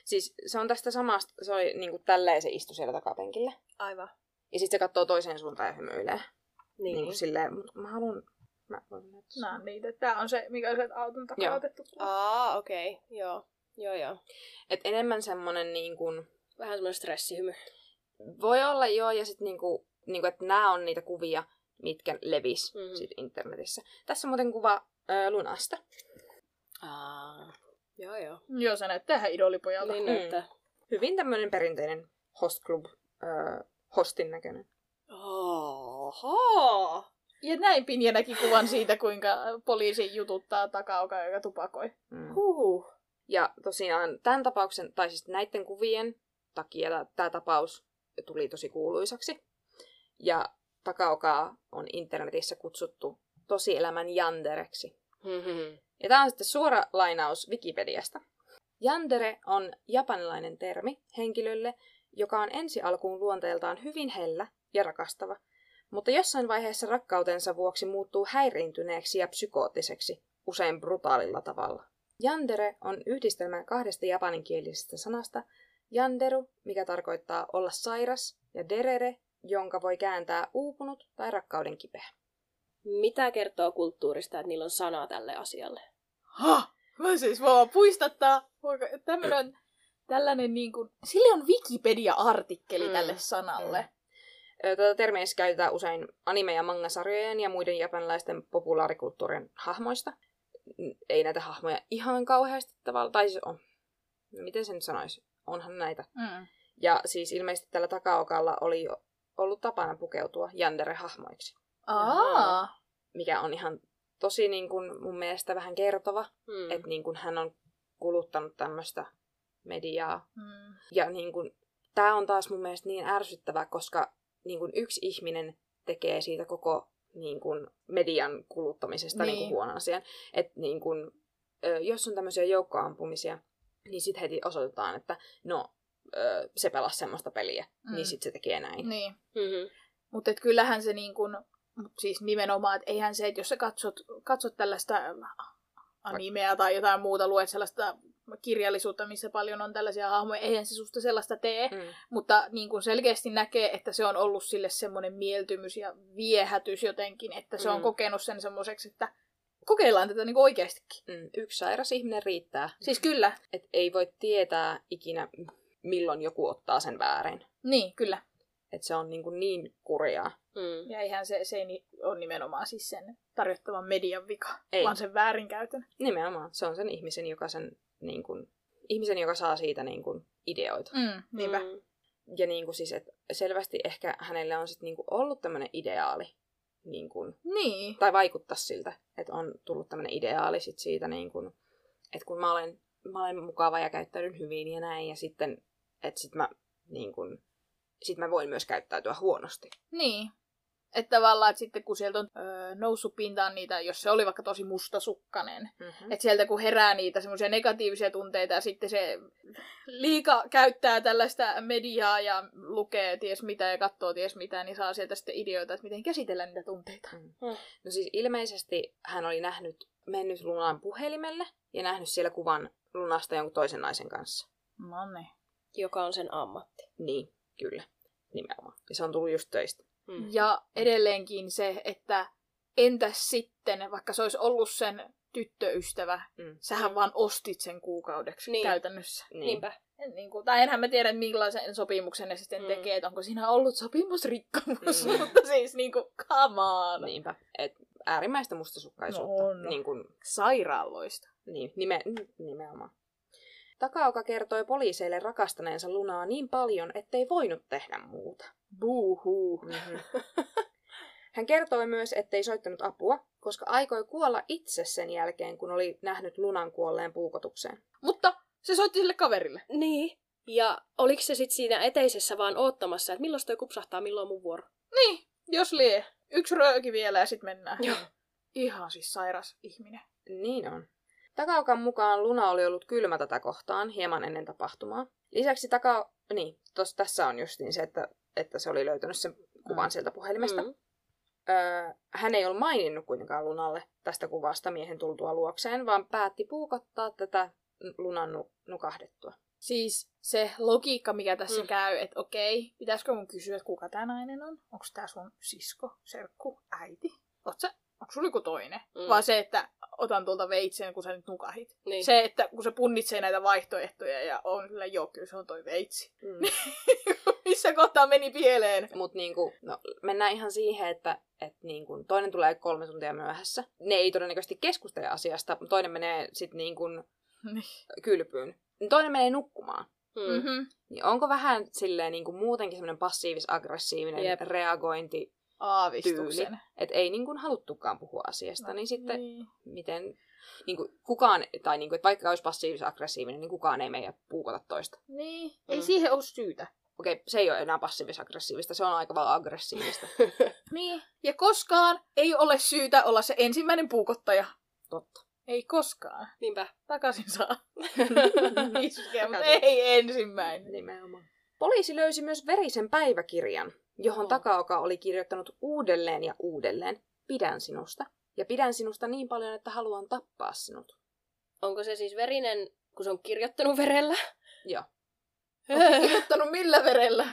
[SPEAKER 1] Siis se on tästä samasta, se oli niinku tälleen se istui siellä takapenkillä.
[SPEAKER 2] Aivan.
[SPEAKER 1] Ja sitten se katsoo toiseen suuntaan ja hymyilee.
[SPEAKER 2] Niin.
[SPEAKER 1] Niinku silleen, mut mä haluan... Mä voin näyttää.
[SPEAKER 3] No niitä. Tää on se, mikä on sieltä auton takaa
[SPEAKER 1] Joo.
[SPEAKER 3] otettu.
[SPEAKER 2] Aa, okei. Okay. Joo. Joo, joo.
[SPEAKER 1] Et enemmän semmonen niinkun...
[SPEAKER 2] Vähän semmoinen stressihymy.
[SPEAKER 1] Voi olla joo, ja sitten niinku, niinku, että nämä on niitä kuvia, mitkä levis
[SPEAKER 2] Mhm.
[SPEAKER 1] mm-hmm. sit internetissä. Tässä on muuten kuva ö, Lunasta.
[SPEAKER 2] Aa. Joo, joo.
[SPEAKER 3] Joo, se näyttää ihan idolipojalta.
[SPEAKER 2] Niin
[SPEAKER 1] Mm.
[SPEAKER 2] näyttää.
[SPEAKER 1] Hyvin tämmöinen perinteinen host club, ö, hostin näköinen.
[SPEAKER 2] Oho!
[SPEAKER 3] Ja näin Pinja näki kuvan siitä, kuinka poliisi jututtaa takaoka, joka tupakoi.
[SPEAKER 1] Mm.
[SPEAKER 2] Huh.
[SPEAKER 1] Ja tosiaan tämän tapauksen, tai siis näiden kuvien takia tämä tapaus tuli tosi kuuluisaksi. Ja Takaokaa on internetissä kutsuttu tosielämän Jandereksi.
[SPEAKER 2] Mm-hmm.
[SPEAKER 1] Ja tämä on sitten suora lainaus Wikipediasta. Yandere on japanilainen termi henkilölle, joka on ensi alkuun luonteeltaan hyvin hellä ja rakastava, mutta jossain vaiheessa rakkautensa vuoksi muuttuu häiriintyneeksi ja psykoottiseksi, usein brutaalilla tavalla. Yandere on yhdistelmä kahdesta japaninkielisestä sanasta yanderu, mikä tarkoittaa olla sairas, ja derere, jonka voi kääntää uupunut tai rakkauden kipeä.
[SPEAKER 2] Mitä kertoo kulttuurista, että niillä on sana tälle asialle?
[SPEAKER 3] Ha! Mä siis vaan puistattaa. Voiko- Tämmönen on tällainen niin kuin... Sille on Wikipedia-artikkeli
[SPEAKER 2] Mm.
[SPEAKER 3] tälle sanalle.
[SPEAKER 1] Ö, Tätä termiä siis käytetään usein anime- ja mangasarjojen ja muiden japanilaisten populaarikulttuurin hahmoista. N- Ei näitä hahmoja ihan kauheasti tavallaan, tai siis on. No, Miten sen sanoisi? Onhan näitä.
[SPEAKER 3] Mm.
[SPEAKER 1] Ja siis ilmeisesti tällä takaokalla oli jo ollut tapana pukeutua jandere-hahmoiksi,
[SPEAKER 3] Aa.
[SPEAKER 1] mikä on ihan tosi niin kuin mun mielestä vähän kertova,
[SPEAKER 2] Mm.
[SPEAKER 1] mm. että niin kuin hän on kuluttanut tämmöistä mediaa
[SPEAKER 3] Mm.
[SPEAKER 1] ja niin kun, tää on taas mun mielestä niin ärsyttävää, koska niin kun yksi ihminen tekee siitä koko niin kun, median kuluttamisesta niin. Niin
[SPEAKER 3] Niin.
[SPEAKER 1] kun, huonon asian. Et, niin kun, ö, jos on tämmöisiä joukkoampumisia, niin sitten heti osoitetaan, että no, ö, se pelasi semmoista peliä, mm. niin sitten se tekee näin.
[SPEAKER 3] Niin.
[SPEAKER 2] Mm-hmm.
[SPEAKER 3] Mutta kyllähän se niin kuin, mut siis nimenomaan, että eihän se, että jos sä katsot, katsot tällaista animea tai jotain muuta, luet sellaista kirjallisuutta, missä paljon on tällaisia hahmoja, eihän se susta sellaista tee. Mm.
[SPEAKER 1] Mm.
[SPEAKER 3] Mutta niin kuin selkeästi näkee, että se on ollut sille semmoinen mieltymys ja viehätys jotenkin, että se mm. on
[SPEAKER 1] Mm.
[SPEAKER 3] kokenut sen semmoiseksi, että kokeillaan tätä niin oikeastikin.
[SPEAKER 1] Mm. Yksi sairas ihminen riittää.
[SPEAKER 3] Siis kyllä,
[SPEAKER 1] Et ei voi tietää ikinä, milloin joku ottaa sen väärin.
[SPEAKER 3] niin kyllä.
[SPEAKER 1] Et se on niin, kun, niin kurjaa.
[SPEAKER 2] Mm.
[SPEAKER 3] Ja eihän se, se ei ni- ole nimenomaan siis sen tarjottavan median vika, ei.
[SPEAKER 1] Ei.
[SPEAKER 3] vaan sen väärinkäytön.
[SPEAKER 1] Nimenomaan. Se on sen ihmisen, joka, sen, niin kun, ihmisen, joka saa siitä niin kun, ideoita.
[SPEAKER 3] Mm, niinpä. Mm.
[SPEAKER 2] Mm.
[SPEAKER 1] Ja niin kun, siis, et selvästi ehkä hänellä on sit, niin kun, ollut tämmöinen ideaali. Niin kun,
[SPEAKER 3] Niin.
[SPEAKER 1] tai vaikuttaa siltä, että on tullut tämmöinen ideaali sit siitä, niin kun, että kun mä olen, mä olen mukava ja käyttäydyn hyvin ja näin, ja sitten että sit mä, niin kun, sit mä voin myös käyttäytyä huonosti.
[SPEAKER 3] Niin. Että tavallaan, että sitten kun sieltä on öö, noussut pintaan niitä, jos se oli vaikka tosi mustasukkainen,
[SPEAKER 1] Mm-hmm.
[SPEAKER 3] että sieltä kun herää niitä semmoisia negatiivisia tunteita ja sitten se liika käyttää tällaista mediaa ja lukee ties mitä ja katsoo ties mitä, niin saa sieltä sitten ideoita, että miten käsitellä niitä tunteita.
[SPEAKER 1] No siis ilmeisesti hän oli nähnyt, mennyt Lunan puhelimelle ja nähnyt siellä kuvan Lunasta jonkun toisen naisen kanssa.
[SPEAKER 3] No niin.
[SPEAKER 2] Joka on sen ammatti.
[SPEAKER 1] Niin, kyllä. Nimenomaan. Ja se on tullut just töistä.
[SPEAKER 2] Mm.
[SPEAKER 3] Ja edelleenkin se, että entäs sitten, vaikka se olisi ollut sen tyttöystävä,
[SPEAKER 1] Mm.
[SPEAKER 3] sähän vaan ostit sen kuukaudeksi
[SPEAKER 2] Niin.
[SPEAKER 3] käytännössä.
[SPEAKER 1] Niin.
[SPEAKER 2] Niinpä.
[SPEAKER 3] En niin kuin, tai enhän mä tiedä, millaisen sopimuksen ne sitten
[SPEAKER 2] Mm.
[SPEAKER 3] mm. tekee, että onko siinä ollut sopimusrikkomus,
[SPEAKER 1] Mm.
[SPEAKER 3] mm. mutta siis niin kuin, come on. Niin.
[SPEAKER 1] Niinpä. Et äärimmäistä mustasukkaisuutta.
[SPEAKER 3] No on.
[SPEAKER 1] Niin kun,
[SPEAKER 3] Sairaaloista.
[SPEAKER 1] niin, nime, n- nimenomaan. Takaoka kertoi poliiseille rakastaneensa Lunaa niin paljon, ettei voinut tehdä muuta.
[SPEAKER 3] Buuhuu.
[SPEAKER 1] Hän kertoi myös, ettei soittanut apua, koska aikoi kuolla itse sen jälkeen, kun oli nähnyt Lunan kuolleen puukotukseen.
[SPEAKER 3] Mutta se soitti sille kaverille.
[SPEAKER 2] Niin. Ja oliko se sitten siinä eteisessä vaan oottamassa, että milloin toi kupsahtaa, milloin mun vuoro?
[SPEAKER 3] Niin, jos lie. Yksi rööki vielä ja sitten mennään.
[SPEAKER 2] Joo.
[SPEAKER 3] Ihan siis sairas ihminen.
[SPEAKER 1] Niin on. Takaokan mukaan Luna oli ollut kylmä tätä kohtaan hieman ennen tapahtumaa. Lisäksi taka... Niin, tos, tässä on justiin se, että, että se oli löytänyt sen kuvan
[SPEAKER 2] Mm.
[SPEAKER 1] sieltä puhelimesta. Öö, hän ei ollut maininnut kuitenkaan Lunalle tästä kuvasta miehen tultua luokseen, vaan päätti puukottaa tätä Lunan nu- nukahdettua.
[SPEAKER 3] Siis se logiikka, mikä tässä
[SPEAKER 2] Mm.
[SPEAKER 3] mm. käy, että okei, pitäisikö mun kysyä, että kuka tämä nainen on? Onko tämä sun sisko, serkku, äiti? Oot sä, onko sulla joku toinen?
[SPEAKER 2] Mm.
[SPEAKER 3] Mm. Vaan se, että otan tuolta veitseen, kun sä nyt nukahit.
[SPEAKER 2] Niin.
[SPEAKER 3] Se, että kun se punnitsee näitä vaihtoehtoja ja on kyllä, joo, kyllä se on toi veitsi.
[SPEAKER 1] Mm.
[SPEAKER 3] Missä kohtaa meni pieleen?
[SPEAKER 1] Mutta niinku, no, mennään ihan siihen, että et niinku, toinen tulee kolme tuntia myöhässä. Ne ei todennäköisesti keskustele asiasta, mut toinen menee sitten niinku,
[SPEAKER 3] Niin.
[SPEAKER 1] kylpyyn. Toinen menee nukkumaan.
[SPEAKER 2] Mm.
[SPEAKER 3] Mm-hmm.
[SPEAKER 1] Niin onko vähän silleen niinku, muutenkin semmoinen passiivis-aggressiivinen
[SPEAKER 2] Jep.
[SPEAKER 1] Jep. reagointi,
[SPEAKER 3] Aavistuksen.
[SPEAKER 1] Tyyli. että ei niinku, haluttukaan puhua asiasta, no, niin sitten
[SPEAKER 3] Niin.
[SPEAKER 1] miten niinku, kukaan, tai niinku, et vaikka olisi passiivis-aggressiivinen, niin kukaan ei meidän puukota toista.
[SPEAKER 3] niin. Ei
[SPEAKER 2] Mm.
[SPEAKER 3] siihen ole syytä.
[SPEAKER 1] Okei, se ei ole enää passiivis-aggressiivista, se on aika vaan aggressiivista.
[SPEAKER 3] Niin. Ja koskaan ei ole syytä olla se ensimmäinen puukottaja.
[SPEAKER 1] Totta.
[SPEAKER 3] Ei koskaan.
[SPEAKER 2] Niinpä.
[SPEAKER 3] Takaisin saa. Iskeä, mutta ei ensimmäinen.
[SPEAKER 1] Nimenomaan. Poliisi löysi myös verisen päiväkirjan, johon
[SPEAKER 2] Oho.
[SPEAKER 1] Takaoka oli kirjoittanut uudelleen ja uudelleen Pidän sinusta. Ja pidän sinusta niin paljon, että haluan tappaa sinut.
[SPEAKER 2] Onko se siis verinen, kun se on kirjoittanut verellä?
[SPEAKER 1] Joo.
[SPEAKER 3] Kirjoittanut millä verellä?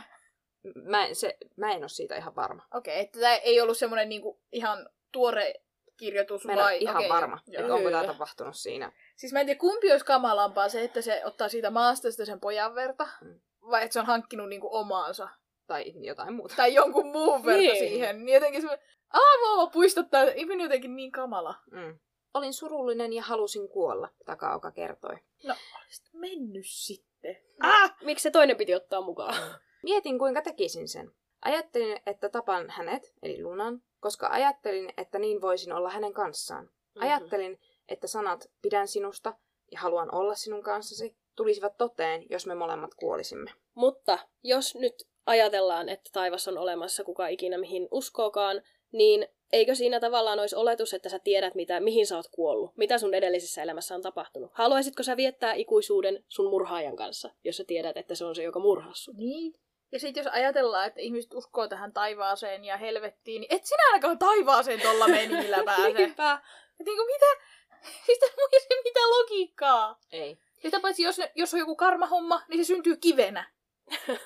[SPEAKER 1] M- Mä en, se, mä en ole siitä ihan varma.
[SPEAKER 3] Okei, okay, että tämä ei ollut semmoinen niinku ihan tuore kirjoitus
[SPEAKER 1] Mä en ole
[SPEAKER 3] vai...
[SPEAKER 1] ihan
[SPEAKER 3] okei,
[SPEAKER 1] okay, varma,
[SPEAKER 3] joo.
[SPEAKER 1] että onko
[SPEAKER 2] Kyllä.
[SPEAKER 1] tämä tapahtunut siinä.
[SPEAKER 3] Siis mä en tiedä, kumpi olisi kamalampaa se, että se ottaa siitä maasta sitä sen pojan verta,
[SPEAKER 1] Mm.
[SPEAKER 3] vai että se on hankkinut niinku omaansa.
[SPEAKER 1] Tai jotain muuta.
[SPEAKER 3] Tai jonkun muun verta
[SPEAKER 2] Niin.
[SPEAKER 3] siihen. Niin jotenkin semmoinen... Aavaa puistottaa, ihminen jotenkin niin kamala.
[SPEAKER 1] Mm. Olin surullinen ja halusin kuolla, Takaoka kertoi.
[SPEAKER 3] Olisit mennyt sitten. Ah!
[SPEAKER 2] Miksi se toinen piti ottaa mukaan?
[SPEAKER 1] Mietin, kuinka tekisin sen. Ajattelin, että tapan hänet, eli Lunan, koska ajattelin, että niin voisin olla hänen kanssaan. Ajattelin, että sanat pidän sinusta ja haluan olla sinun kanssasi tulisivat toteen, jos me molemmat kuolisimme.
[SPEAKER 2] Mutta jos nyt ajatellaan, että taivas on olemassa kuka ikinä mihin uskookaan, niin eikö siinä tavallaan olisi oletus, että sä tiedät, mitä, mihin sä oot kuollut? Mitä sun edellisessä elämässä on tapahtunut? Haluaisitko sä viettää ikuisuuden sun murhaajan kanssa, jos sä tiedät, että se on se, joka murhasi sut?
[SPEAKER 3] Niin. Ja sitten jos ajatellaan, että ihmiset uskoo tähän taivaaseen ja helvettiin, niin et sinä ainakaan taivaaseen tuolla menillä pääse. Et
[SPEAKER 2] Niinpä.
[SPEAKER 3] niinku mitä? Mistä muista mitä logiikkaa?
[SPEAKER 1] Ei.
[SPEAKER 3] Ja sitä paitsi, jos, ne- jos on joku karmahomma, niin se syntyy kivenä.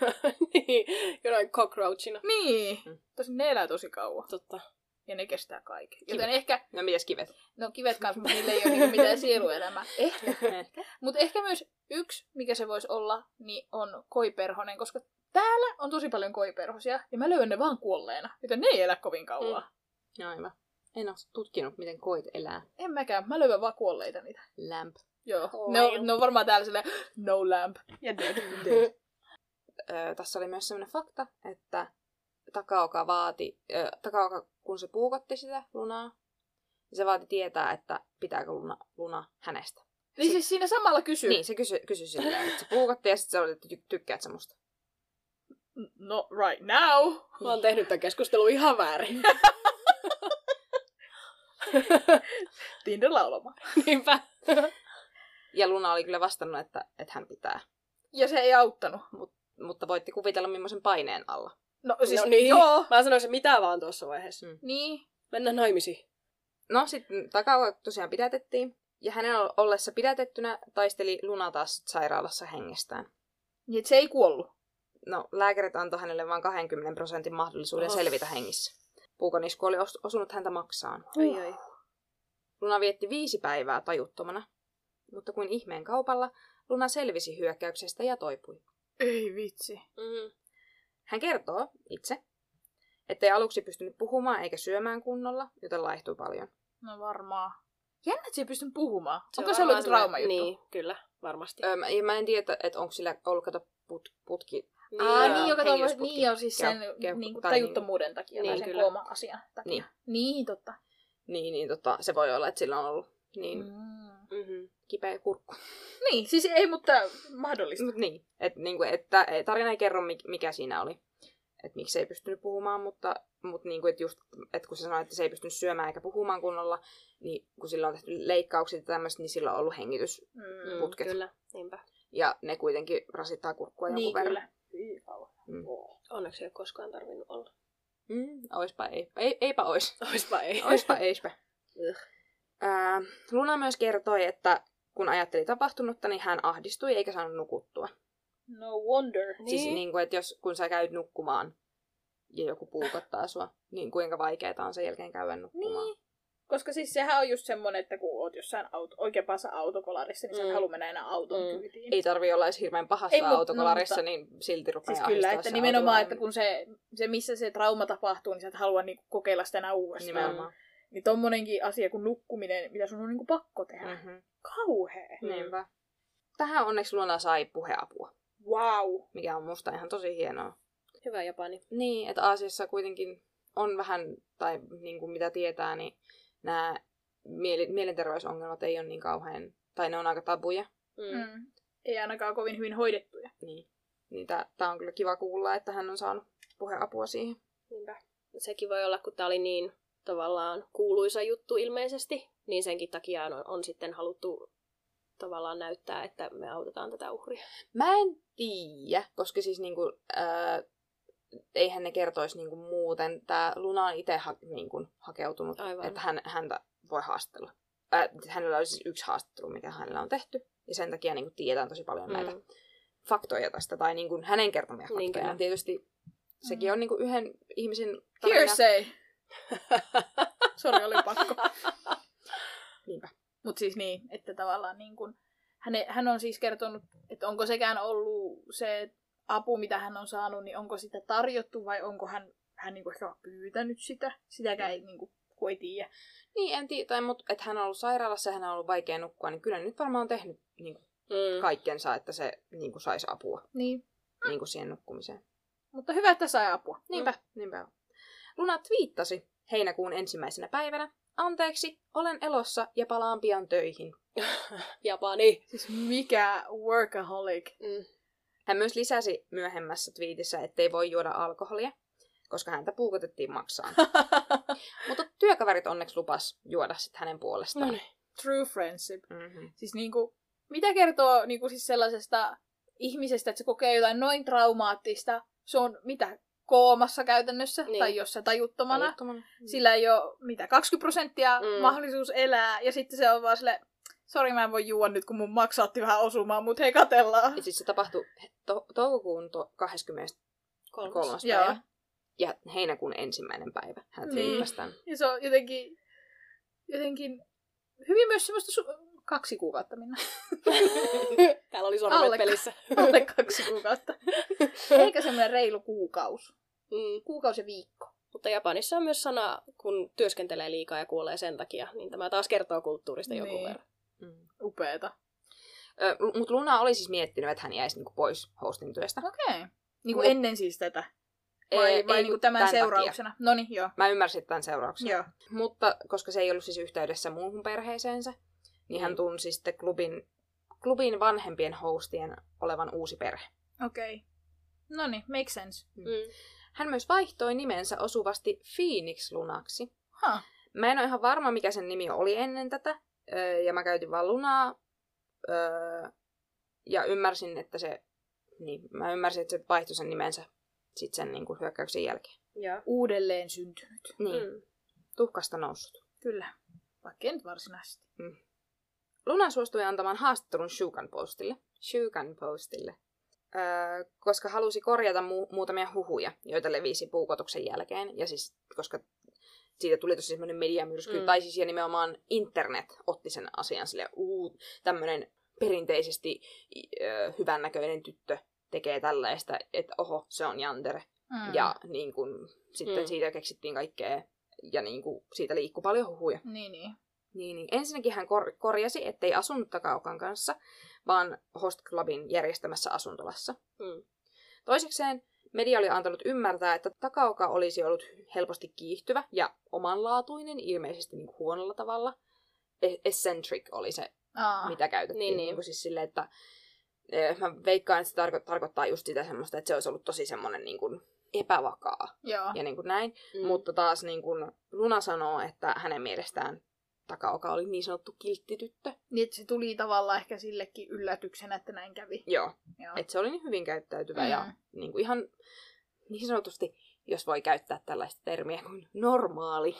[SPEAKER 2] niin, jonain cockroachina.
[SPEAKER 3] Niin.
[SPEAKER 1] Mm.
[SPEAKER 3] Tosin ne elää tosi kauan.
[SPEAKER 2] Totta.
[SPEAKER 3] Ja ne kestää kaiken.
[SPEAKER 1] Kivet.
[SPEAKER 3] Joten ehkä,
[SPEAKER 1] No mitäs kivet?
[SPEAKER 3] no kivet kanssa, mutta niillä ei ole niinku mitään sieluelämää. Ehkä. Mutta ehkä myös yksi, mikä se voisi olla, niin on koiperhonen, koska täällä on tosi paljon koiperhosia, ja mä löydän ne vaan kuolleena, joten ne ei elä kovin
[SPEAKER 2] Mm.
[SPEAKER 3] kauan.
[SPEAKER 1] no aivan. En ole tutkinut, miten koit elää.
[SPEAKER 3] En mäkään, mä löydän vaan kuolleita niitä.
[SPEAKER 1] Lämp.
[SPEAKER 3] Joo,
[SPEAKER 2] Oh,
[SPEAKER 3] ne
[SPEAKER 2] well.
[SPEAKER 3] on, ne on varmaan täällä silleen, no lamp. Ja dead.
[SPEAKER 1] Öö, tässä oli myös sellainen fakta, että Takaoka vaati, öö, Takaoka, kun se puukotti sitä Lunaa, niin se vaati tietää, että pitääkö Luna, Luna hänestä.
[SPEAKER 3] Niin siis siinä samalla kysyy.
[SPEAKER 1] Niin, se kysyi, kysyi sitä, että se puukotti ja sitten se oli, että ty- tykkäät sä musta.
[SPEAKER 3] Not no right now.
[SPEAKER 2] Mä oon tehnyt tämän keskustelun ihan väärin.
[SPEAKER 3] Tinder laulama.
[SPEAKER 2] Niinpä.
[SPEAKER 1] Ja Luna oli kyllä vastannut, että, että hän pitää.
[SPEAKER 3] Ja se ei auttanut.
[SPEAKER 1] Mutta voitte kuvitella, millaisen paineen alla.
[SPEAKER 3] No siis,
[SPEAKER 2] no niin.
[SPEAKER 3] joo.
[SPEAKER 2] Mä sanoisin mitä vaan tuossa vaiheessa.
[SPEAKER 3] Niin.
[SPEAKER 2] Mennään naimisiin.
[SPEAKER 1] No sitten Takaoka tosiaan pidätettiin. Ja hänen ol- ollessa pidätettynä taisteli Luna taas sit sairaalassa hengestään.
[SPEAKER 3] Niin, et se ei kuollut.
[SPEAKER 1] No, lääkärit antoi hänelle vain 20 prosentin mahdollisuuden
[SPEAKER 2] Oh.
[SPEAKER 1] oh. selvitä hengissä. Puukonisku oli os- osunut häntä maksaan.
[SPEAKER 2] Ai, ai.
[SPEAKER 1] Luna vietti viisi päivää tajuttomana, mutta kuin ihmeen kaupalla Luna selvisi hyökkäyksestä ja toipui.
[SPEAKER 3] Ei vitsi.
[SPEAKER 2] Mm.
[SPEAKER 3] Mm-hmm.
[SPEAKER 1] Hän kertoo itse, ettei aluksi pystynyt puhumaan eikä syömään kunnolla, joten laihtui paljon.
[SPEAKER 3] No varmaan. Jännä, että se ei pystynyt puhumaan.
[SPEAKER 2] Se
[SPEAKER 3] Onko
[SPEAKER 2] on
[SPEAKER 3] se ollut joku
[SPEAKER 2] varmaan
[SPEAKER 3] trauma juttu?
[SPEAKER 2] Niin, kyllä, varmasti.
[SPEAKER 1] Öö, mä- ja mä en tiedä, että onko sillä ollut kato put, putki.
[SPEAKER 3] Aa,
[SPEAKER 1] Joo.
[SPEAKER 3] niin, joka tuommoiset,
[SPEAKER 1] Hengitysputki.
[SPEAKER 3] niin on siis sen
[SPEAKER 1] Keu-
[SPEAKER 3] keu,
[SPEAKER 1] keu-
[SPEAKER 3] niin kuin
[SPEAKER 1] tai niin-
[SPEAKER 3] tajuttomuuden takia,
[SPEAKER 2] niin,
[SPEAKER 3] niin, sen
[SPEAKER 2] kyllä.
[SPEAKER 3] kooma asian takia.
[SPEAKER 1] Niin.
[SPEAKER 3] niin totta.
[SPEAKER 1] Niin, niin tota, se voi olla, että sillä on ollut niin mm.
[SPEAKER 3] Mm.
[SPEAKER 2] Mm-hmm.
[SPEAKER 1] kipeä kurkku.
[SPEAKER 3] Niin, siis ei, mutta mahdollista.
[SPEAKER 1] niinku, Mut niin, et, niin kuin, että et tarina ei kerro, mik- mikä siinä oli. että miksi ei pystynyt puhumaan, mutta, mutta niin kuin, että just, että kun se sanoi, että se ei pystynyt syömään eikä puhumaan kunnolla, niin kun sillä on tehty leikkaukset ja tämmöistä, niin sillä on ollut hengitys.
[SPEAKER 3] Mm.
[SPEAKER 1] Putket.
[SPEAKER 2] Kyllä, niinpä.
[SPEAKER 1] Ja ne kuitenkin rasittaa kurkkua jonkun
[SPEAKER 2] Niin,
[SPEAKER 1] verran.
[SPEAKER 2] kyllä.
[SPEAKER 3] Hyi kauan.
[SPEAKER 1] Mm.
[SPEAKER 2] Onneksi ei ole koskaan tarvinnut olla.
[SPEAKER 1] Mm, oispa ei. ei. Eipä ois.
[SPEAKER 2] Oispa ei.
[SPEAKER 1] Oispa eispä.
[SPEAKER 2] Ugh.
[SPEAKER 1] Ää, Luna myös kertoi, että kun ajatteli tapahtunutta, niin hän ahdistui eikä saanut nukuttua.
[SPEAKER 3] No wonder.
[SPEAKER 1] Niin. Siis niin kuin, että jos, kun sä käyt nukkumaan ja joku puukottaa sua, niin kuinka vaikeeta on sen jälkeen käydä nukkumaan.
[SPEAKER 3] Niin. Koska siis sehän on just semmonen, että kun oot jossain auto, oikein pahassa autokolarissa, niin sä et
[SPEAKER 2] Mm.
[SPEAKER 3] halua mennä enää auton
[SPEAKER 2] Mm.
[SPEAKER 3] kyytiin.
[SPEAKER 1] Ei tarvi olla edes hirveän pahassa
[SPEAKER 3] Ei,
[SPEAKER 1] ei,
[SPEAKER 3] mut- no,
[SPEAKER 1] autokolarissa,
[SPEAKER 3] mutta-
[SPEAKER 1] niin silti rupeaa
[SPEAKER 3] Siis kyllä,
[SPEAKER 1] ahdistaa
[SPEAKER 3] että
[SPEAKER 1] se
[SPEAKER 3] nimenomaan,
[SPEAKER 1] autokolari.
[SPEAKER 3] että kun se, se, missä se trauma tapahtuu, niin sä et halua niinku kokeilla sitä enää uudestaan.
[SPEAKER 1] Nimenomaan.
[SPEAKER 3] Niin tommonenkin asia kuin nukkuminen, mitä sun on niinku pakko tehdä. Mm.
[SPEAKER 1] Mm-hmm.
[SPEAKER 3] Kauhea.
[SPEAKER 2] Mm.
[SPEAKER 1] Niinpä. Tähän onneksi Luna sai puheapua,
[SPEAKER 3] Wow.
[SPEAKER 1] mikä on musta ihan tosi hienoa.
[SPEAKER 2] Hyvä Japani.
[SPEAKER 1] Niin, että Aasiassa kuitenkin on vähän, tai niin kuin mitä tietää, niin nämä mieli- mielenterveysongelmat ei ole niin kauhean, tai ne on aika tabuja.
[SPEAKER 2] Mm.
[SPEAKER 3] Mm. Ei ainakaan kovin hyvin hoidettuja.
[SPEAKER 1] Niin, niin tämä on kyllä kiva kuulla, että hän on saanut puheapua siihen.
[SPEAKER 2] Niinpä. Sekin voi olla, kun tämä oli niin tavallaan kuuluisa juttu ilmeisesti, niin senkin takia on, on sitten haluttu tavallaan näyttää, että me autetaan tätä uhria.
[SPEAKER 1] Mä en tiedä, koska siis niinku, ää, eihän ne kertoisi niinku muuten. Tää Luna on itse ha- niinku, hakeutunut,
[SPEAKER 2] Aivan.
[SPEAKER 1] että hän, häntä voi haastella. Ää, hänellä on siis yksi haastattelu, mikä hänellä on tehty. Ja sen takia niinku, tiedetään tosi paljon mm. näitä
[SPEAKER 2] Mm.
[SPEAKER 1] faktoja tästä, tai niinku, hänen kertomia
[SPEAKER 2] Niin
[SPEAKER 1] faktoja. Niin,
[SPEAKER 2] kyllä.
[SPEAKER 1] Tietysti sekin
[SPEAKER 3] Mm.
[SPEAKER 1] on niinku, yhden ihmisen tarina.
[SPEAKER 3] Hearsay! Sori, oli pakko.
[SPEAKER 1] Niinpä.
[SPEAKER 3] Mutta siis niin, että tavallaan niin kun, häne, hän on siis kertonut, että onko sekään ollut se apu, mitä hän on saanut, niin onko sitä tarjottu vai onko hän, hän niin ehkä pyytänyt sitä. Sitäkään ei, niin kun, kun ei tiedä.
[SPEAKER 1] Niin, en tiedä, mutta että hän on ollut sairaalassa ja hän on ollut vaikea nukkua, niin kyllä nyt varmaan on tehnyt niinku,
[SPEAKER 2] Mm.
[SPEAKER 1] kaikkensa, että se niinku, saisi apua
[SPEAKER 3] Niin.
[SPEAKER 1] niinku, siihen nukkumiseen.
[SPEAKER 3] Mutta hyvä, että sai apua.
[SPEAKER 1] Niinpä, Mm, niinpä on. Luna twiittasi heinäkuun ensimmäisenä päivänä. Anteeksi, olen elossa ja palaan pian töihin.
[SPEAKER 2] Mm. Japani.
[SPEAKER 3] Siis mikä workaholic.
[SPEAKER 2] Mm.
[SPEAKER 1] Hän myös lisäsi myöhemmässä twiitissä, ettei voi juoda alkoholia, koska häntä puukotettiin maksaan. Mutta työkaverit onneksi lupas juoda sit hänen
[SPEAKER 2] no
[SPEAKER 1] puolestaan.
[SPEAKER 2] niin.
[SPEAKER 3] True friendship.
[SPEAKER 1] Mm-hmm.
[SPEAKER 3] Siis niinku, mitä kertoo niinku siis sellaisesta ihmisestä, että se kokee jotain noin traumaattista, se on mitä, koomassa käytännössä,
[SPEAKER 2] Niin.
[SPEAKER 3] niin. tai jos se tajuttomana. Mm.
[SPEAKER 1] Sillä...
[SPEAKER 3] Sillä ei ole mitä, 20 prosenttia
[SPEAKER 2] Mm.
[SPEAKER 3] mm. mahdollisuus elää, ja sitten se on vaan sille, sori mä en voi juua nyt, kun mun maksaatti vähän osumaan, mutta hei katellaan.
[SPEAKER 1] Siis se tapahtui to- toukokuun to- 23.
[SPEAKER 2] Kolmas.
[SPEAKER 3] Joo.
[SPEAKER 1] päivä ja heinäkuun ensimmäinen päivä. Hän
[SPEAKER 3] Niin.
[SPEAKER 1] twiittasi tämän.
[SPEAKER 3] Ja se on jotenkin, jotenkin hyvin myös semmoista su- kaksi kuukautta minä.
[SPEAKER 2] Täällä oli sormet
[SPEAKER 3] Alle-
[SPEAKER 2] pelissä.
[SPEAKER 3] Alle kaksi kuukautta. Eikä semmoinen reilu kuukausi.
[SPEAKER 2] Mm.
[SPEAKER 3] Kuukausi ja viikko.
[SPEAKER 2] Mutta Japanissa on myös sana, kun työskentelee liikaa ja kuolee sen takia, niin tämä taas kertoo kulttuurista joku
[SPEAKER 3] Niin.
[SPEAKER 2] verran.
[SPEAKER 1] Mm.
[SPEAKER 3] Upeeta.
[SPEAKER 1] Mutta Luna oli siis miettinyt, että hän jäisi niinku pois hosting työstä.
[SPEAKER 3] Okei. Okay. Niin kuin
[SPEAKER 1] Mut-
[SPEAKER 3] ennen siis tätä? Vai, ei, vai
[SPEAKER 1] ei
[SPEAKER 3] niin
[SPEAKER 1] kun
[SPEAKER 3] kuin tämän,
[SPEAKER 1] tän
[SPEAKER 3] seurauksena? No niin, joo.
[SPEAKER 1] Takia. Mä ymmärsin tämän seurauksena.
[SPEAKER 3] joo.
[SPEAKER 1] Mutta koska se ei ollut siis yhteydessä muuhun perheeseensä, niin
[SPEAKER 2] Mm.
[SPEAKER 1] hän tunsi sitten klubin, klubin vanhempien hostien olevan uusi perhe.
[SPEAKER 3] Okei. Okay. No niin, make sense.
[SPEAKER 2] Mm.
[SPEAKER 1] Hän myös vaihtoi nimensä osuvasti Phoenix Lunaksi.
[SPEAKER 3] Huh.
[SPEAKER 1] Mä en ole ihan varma, mikä sen nimi oli ennen tätä, öö, ja mä käytin vaan Lunaa, öö, ja ymmärsin, että se, niin, mä ymmärsin, että se vaihtoi sen nimensä sitten sen niin kuin hyökkäyksen jälkeen.
[SPEAKER 2] Ja.
[SPEAKER 3] Uudelleen syntynyt.
[SPEAKER 1] Niin, mm.
[SPEAKER 2] Mm.
[SPEAKER 1] tuhkasta noussut.
[SPEAKER 3] Kyllä. Vaikka ei nyt varsinaisesti.
[SPEAKER 1] Luna suostui antamaan haastattelun Shukan postille, Shukan postille öö, koska halusi korjata mu- muutamia huhuja, joita levisi puukotuksen jälkeen. Ja siis, koska siitä tuli tosi semmoinen mediamyrsky,
[SPEAKER 2] Mm.
[SPEAKER 1] mm. tai siis ja nimenomaan internet otti sen asian sille uu, tämmöinen perinteisesti i- ö, hyvännäköinen tyttö tekee tällaista, että oho, se on jantere.
[SPEAKER 3] Mm.
[SPEAKER 1] Mm. Ja niin kun, sitten
[SPEAKER 2] Mm.
[SPEAKER 1] mm. siitä keksittiin kaikkea, ja niin kun, siitä liikkuu paljon huhuja.
[SPEAKER 3] Niin, niin.
[SPEAKER 1] Niin, niin. Ensinnäkin hän kor- korjasi, ettei asunut Takaukan kanssa, vaan Host Clubin järjestämässä asuntolassa.
[SPEAKER 2] Mm.
[SPEAKER 1] Toisekseen media oli antanut ymmärtää, että Takauka olisi ollut helposti kiihtyvä ja omanlaatuinen, ilmeisesti niin kuin huonolla tavalla. E- eccentric oli se,
[SPEAKER 3] Aa.
[SPEAKER 1] mitä käytettiin.
[SPEAKER 2] niin, niin.
[SPEAKER 1] Niin kuin siis e, silleen, että eh, Mä veikkaan, että se tarko- tarkoittaa just sitä semmoista, että se olisi ollut tosi semmoinen niin kuin epävakaa
[SPEAKER 2] Ah.
[SPEAKER 3] Joo.
[SPEAKER 1] ja niin kuin näin. Mm. Mutta taas niin kuin Luna sanoo, että hänen mielestään Takaoka oli niin sanottu kiltti tyttö.
[SPEAKER 3] Niin, että se tuli tavallaan ehkä sillekin yllätyksenä, että näin kävi.
[SPEAKER 1] Joo,
[SPEAKER 3] Joo.
[SPEAKER 1] että se oli niin hyvin käyttäytyvä mm. ja
[SPEAKER 3] Mm.
[SPEAKER 1] niin kuin ihan niin sanotusti, jos voi käyttää tällaista termiä kuin normaali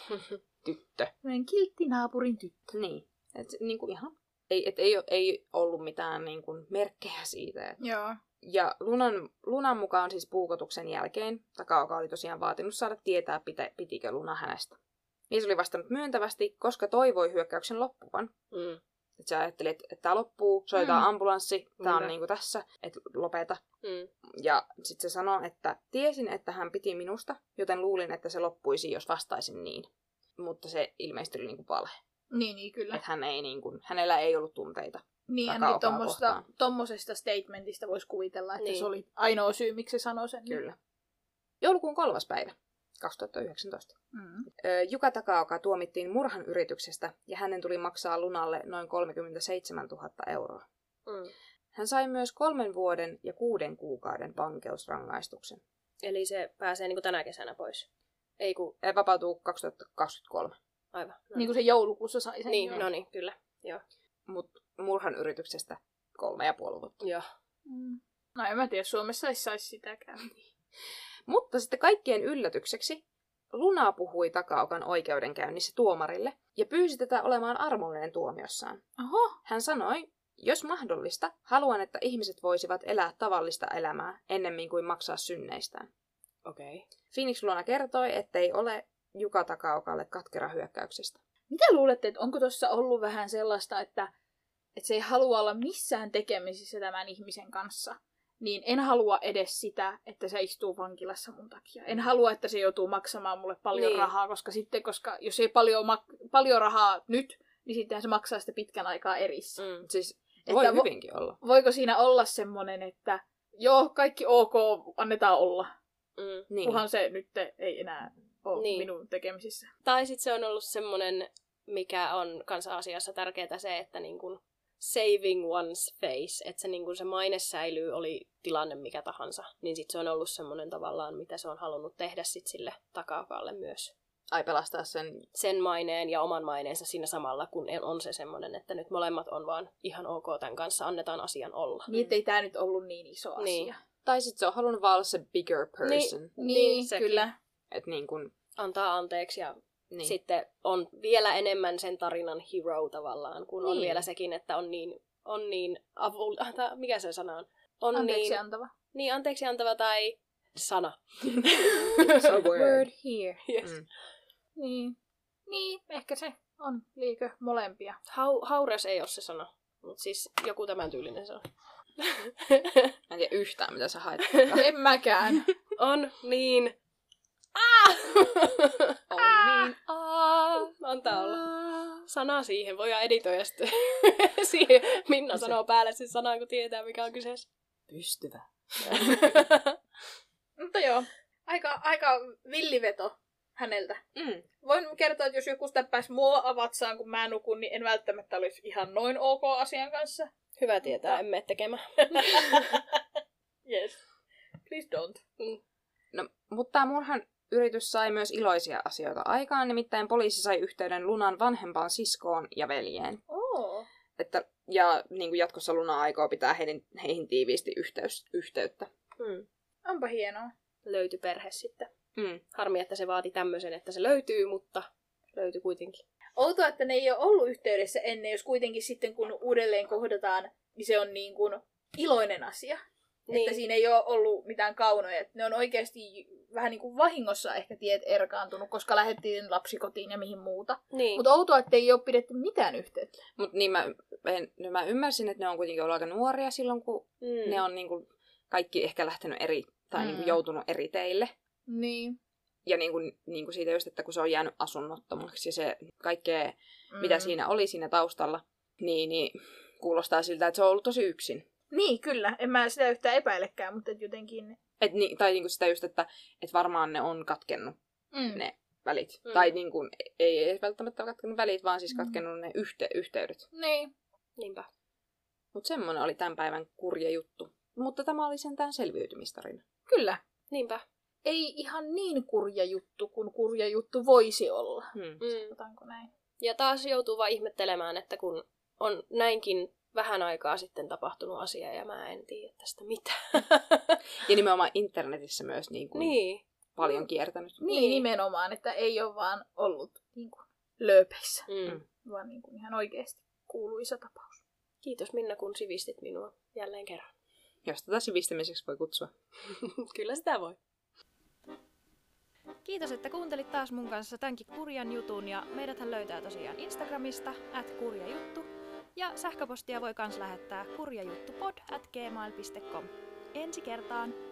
[SPEAKER 1] tyttö.
[SPEAKER 3] Meidän kiltti naapurin tyttö.
[SPEAKER 1] Niin, että niin kuin ihan ei, et ei, oo- ei ollut mitään niin kuin merkkejä siitä, että
[SPEAKER 3] Joo.
[SPEAKER 1] Ja Lunan, Lunan mukaan siis puukotuksen jälkeen Takaoka oli tosiaan vaatinut saada tietää, pitä, pitikö Luna hänestä. Mies oli vastannut myöntävästi, koska toivoi hyökkäyksen loppuvan.
[SPEAKER 2] Mm.
[SPEAKER 1] Et sä ajattelit, että tämä loppuu, soitetaan
[SPEAKER 3] Mm.
[SPEAKER 1] mm. ambulanssi, tämä on
[SPEAKER 2] Niinpä.
[SPEAKER 1] niinku tässä, että lopeta.
[SPEAKER 2] Mm.
[SPEAKER 1] Ja sitten se sanoi, että tiesin, että hän piti minusta, joten luulin, että se loppuisi, jos vastaisin niin. Mutta se ilmeisesti oli niinku valhe.
[SPEAKER 3] Niin, niin kyllä.
[SPEAKER 1] Että hän ei niinku, hänellä ei ollut tunteita.
[SPEAKER 3] Niin, ja
[SPEAKER 1] Takaukaa
[SPEAKER 3] niin tommosta,
[SPEAKER 1] kohtaan.
[SPEAKER 3] tommosesta statementista voisi kuvitella, että
[SPEAKER 2] Niin.
[SPEAKER 3] niin. se oli ainoa syy, miksi se sanoi sen.
[SPEAKER 1] Kyllä. Joulukuun kolmas päivä 2019.
[SPEAKER 3] Mm.
[SPEAKER 1] Ö, Juka Takaoka tuomittiin murhan yrityksestä ja hänen tuli maksaa Lunalle noin 37 000 euroa.
[SPEAKER 2] Mm.
[SPEAKER 1] Hän sai myös kolmen vuoden ja kuuden kuukauden vankeusrangaistuksen.
[SPEAKER 2] Eli se pääsee niin kuin tänä kesänä pois. Ei kun,
[SPEAKER 1] Ö, Vapautuu 2023,
[SPEAKER 2] aivan. No
[SPEAKER 3] Niin kuin se joulukuussa sai sen.
[SPEAKER 2] niin,
[SPEAKER 3] joo.
[SPEAKER 2] no niin, kyllä.
[SPEAKER 1] mutta murhan yrityksestä kolme ja puoli vuotta.
[SPEAKER 2] Joo.
[SPEAKER 3] Mm. No en mä tiedä, Suomessa ei saisi sitäkään.
[SPEAKER 1] Mutta sitten kaikkien yllätykseksi Luna puhui Takaokan oikeudenkäynnissä tuomarille ja pyysi tätä olemaan armollinen tuomiossaan.
[SPEAKER 3] Oho,
[SPEAKER 1] Hän sanoi, jos mahdollista, haluan, että ihmiset voisivat elää tavallista elämää ennemmin kuin maksaa synneistään.
[SPEAKER 2] Okei.
[SPEAKER 1] Phoenix Luona kertoi, ettei ole Juka Takaokalle katkera hyökkäyksestä.
[SPEAKER 3] mitä luulette, että onko tuossa ollut vähän sellaista, että, että se ei halua olla missään tekemisissä tämän ihmisen kanssa? Niin en halua edes sitä, että se istuu vankilassa mun takia. En halua, että se joutuu maksamaan mulle paljon
[SPEAKER 2] Niin.
[SPEAKER 3] niin. rahaa, koska sitten, koska jos ei paljon, mak- paljon rahaa nyt, niin sittenhän se maksaa sitä pitkän aikaa erissä.
[SPEAKER 2] Mm.
[SPEAKER 1] Siis
[SPEAKER 3] Että
[SPEAKER 1] voi
[SPEAKER 3] vo-
[SPEAKER 1] hyvinkin olla.
[SPEAKER 3] voiko siinä olla semmoinen, että joo, kaikki ok, annetaan olla,
[SPEAKER 2] Mm.
[SPEAKER 1] Niin.
[SPEAKER 3] kunhan se nyt ei enää ole
[SPEAKER 2] Niin.
[SPEAKER 3] niin. minun tekemisissä.
[SPEAKER 2] Tai sitten se on ollut semmoinen, mikä on kanssa asiassa tärkeää se, että niin kun saving one's face, että se, niin kun se maine säilyy, oli tilanne mikä tahansa. Niin sitten se on ollut semmoinen tavallaan, mitä se on halunnut tehdä sit sille takakalle myös.
[SPEAKER 1] Ai pelastaa sen.
[SPEAKER 2] Sen maineen ja oman maineensa siinä samalla, kun en- on se semmoinen, että nyt molemmat on vaan ihan ok tämän kanssa, annetaan asian olla.
[SPEAKER 3] Niin, ei tämä nyt ollut niin iso asia.
[SPEAKER 2] Niin.
[SPEAKER 1] Tai sitten se on halunnut vaan olla se bigger person. Niin.
[SPEAKER 3] niin
[SPEAKER 2] sekin.
[SPEAKER 3] kyllä.
[SPEAKER 1] Et niin kun,
[SPEAKER 2] Antaa anteeksi ja
[SPEAKER 1] niin.
[SPEAKER 2] niin. sitten on vielä enemmän sen tarinan hero tavallaan, kun niin. on
[SPEAKER 1] Niin.
[SPEAKER 2] vielä sekin, että on niin, on niin avu, ah, tää- mikä se sana on? on
[SPEAKER 3] Anteeksi
[SPEAKER 2] niin,
[SPEAKER 3] antava.
[SPEAKER 2] niin anteeksi antava tai sana.
[SPEAKER 1] Se on word.
[SPEAKER 3] Word here.
[SPEAKER 2] Yes.
[SPEAKER 1] Mm.
[SPEAKER 2] Mm.
[SPEAKER 3] Niin. Niin, ehkä se on liikö molempia.
[SPEAKER 2] Hau, hauras ei ole se sana, mutta siis joku tämän tyylinen se on.
[SPEAKER 1] Mä en tiedä yhtään, mitä sä haet.
[SPEAKER 3] en mäkään.
[SPEAKER 2] on niin. Ah!
[SPEAKER 1] on niin.
[SPEAKER 2] Aa, antaa olla. Sana siihen, voidaan editoida sitten. siihen. Minna
[SPEAKER 1] Se-
[SPEAKER 2] sanoo päälle sen sanan, kun tietää mikä on kyseessä.
[SPEAKER 1] Pystyvä.
[SPEAKER 3] Mutta joo, aika, aika villiveto häneltä.
[SPEAKER 1] Mm.
[SPEAKER 3] Voin kertoa, että jos joku täppäisi mua avatsaan, kun mä nukun, niin en välttämättä olisi ihan noin ok asian kanssa.
[SPEAKER 2] Hyvä tietää, en mene tekemään.
[SPEAKER 3] Yes. Please don't.
[SPEAKER 1] No, mutta tämä murhan yritys sai myös iloisia asioita aikaan, nimittäin poliisi sai yhteyden Lunan vanhempaan siskoon ja veljeen.
[SPEAKER 3] Oh.
[SPEAKER 1] Että, ja niin kuin jatkossa Luna aikoo pitää heihin, heihin tiiviisti yhteys, yhteyttä.
[SPEAKER 2] Mm.
[SPEAKER 3] Onpa hienoa.
[SPEAKER 2] Löytyi perhe sitten.
[SPEAKER 1] Mm.
[SPEAKER 2] Harmi, että se vaati tämmöisen, että se löytyy, mutta löytyi kuitenkin.
[SPEAKER 3] Outoa, että ne ei ole ollut yhteydessä ennen, jos kuitenkin sitten kun uudelleen kohdataan, niin se on niin kuin iloinen asia. Niin. Että siinä ei ole ollut mitään kaunoja. Että ne on oikeasti vähän niin kuin vahingossa ehkä tiet erkaantunut, koska lähdettiin lapsikotiin ja mihin muuta.
[SPEAKER 2] niin.
[SPEAKER 3] Mutta outoa, että ei ole pidetty mitään yhteyttä.
[SPEAKER 1] Mutta niin mä, en, no mä ymmärsin, että ne on kuitenkin ollut aika nuoria silloin, kun
[SPEAKER 2] mm.
[SPEAKER 1] mm. ne on niin kuin, kaikki ehkä lähtenyt eri, tai mm. niin kuin,
[SPEAKER 3] Mm.
[SPEAKER 1] joutunut eri teille.
[SPEAKER 3] Niin.
[SPEAKER 1] Ja niin kuin, niin kuin siitä just, että kun se on jäänyt asunnottomaksi ja se kaikkea, mm. mitä siinä oli siinä taustalla, niin, niin kuulostaa siltä, että se on ollut tosi yksin.
[SPEAKER 3] Niin, kyllä. En mä sitä yhtään epäilekään, mutta et jotenkin...
[SPEAKER 1] Et, ni, tai niin kuin sitä just, että et varmaan ne on katkennut
[SPEAKER 3] Mm.
[SPEAKER 1] Ne. välit.
[SPEAKER 2] Mm.
[SPEAKER 1] Mm. Tai niin kuin, ei edes välttämättä ole katkennut välit, vaan siis
[SPEAKER 3] Mm.
[SPEAKER 1] katkennut ne yhte, yhteydet.
[SPEAKER 3] Niin.
[SPEAKER 2] Niinpä.
[SPEAKER 1] Mutta semmoinen oli tämän päivän kurja juttu. Mutta tämä oli sentään selviytymistarina.
[SPEAKER 3] Kyllä.
[SPEAKER 2] Niinpä.
[SPEAKER 3] ei ihan niin kurja juttu kuin kurja juttu voisi olla.
[SPEAKER 1] Hmm.
[SPEAKER 2] Mm.
[SPEAKER 3] Otanko näin?
[SPEAKER 2] Ja taas joutuu vaan ihmettelemään, että kun on näinkin vähän aikaa sitten tapahtunut asia ja mä en tiedä tästä mitään.
[SPEAKER 1] Ja nimenomaan internetissä myös niin kuin niin.
[SPEAKER 2] niin.
[SPEAKER 1] paljon kiertänyt.
[SPEAKER 3] Niin,
[SPEAKER 2] Niin.
[SPEAKER 3] niin. nimenomaan, että ei ole vaan ollut niin kuin, lööpeissä,
[SPEAKER 2] Mm.
[SPEAKER 3] vaan niin kuin, ihan oikeasti kuuluisa tapaus.
[SPEAKER 2] Kiitos Minna, kun sivistit minua jälleen kerran.
[SPEAKER 1] Jos tätä sivistämiseksi voi kutsua.
[SPEAKER 2] Kyllä sitä voi.
[SPEAKER 4] Kiitos, että kuuntelit taas mun kanssa tämänkin kurjan jutun ja meidäthän löytää tosiaan Instagramista at kurjajuttu ja sähköpostia voi kans lähettää kurjajuttupod at gmail.com. Ensi kertaan!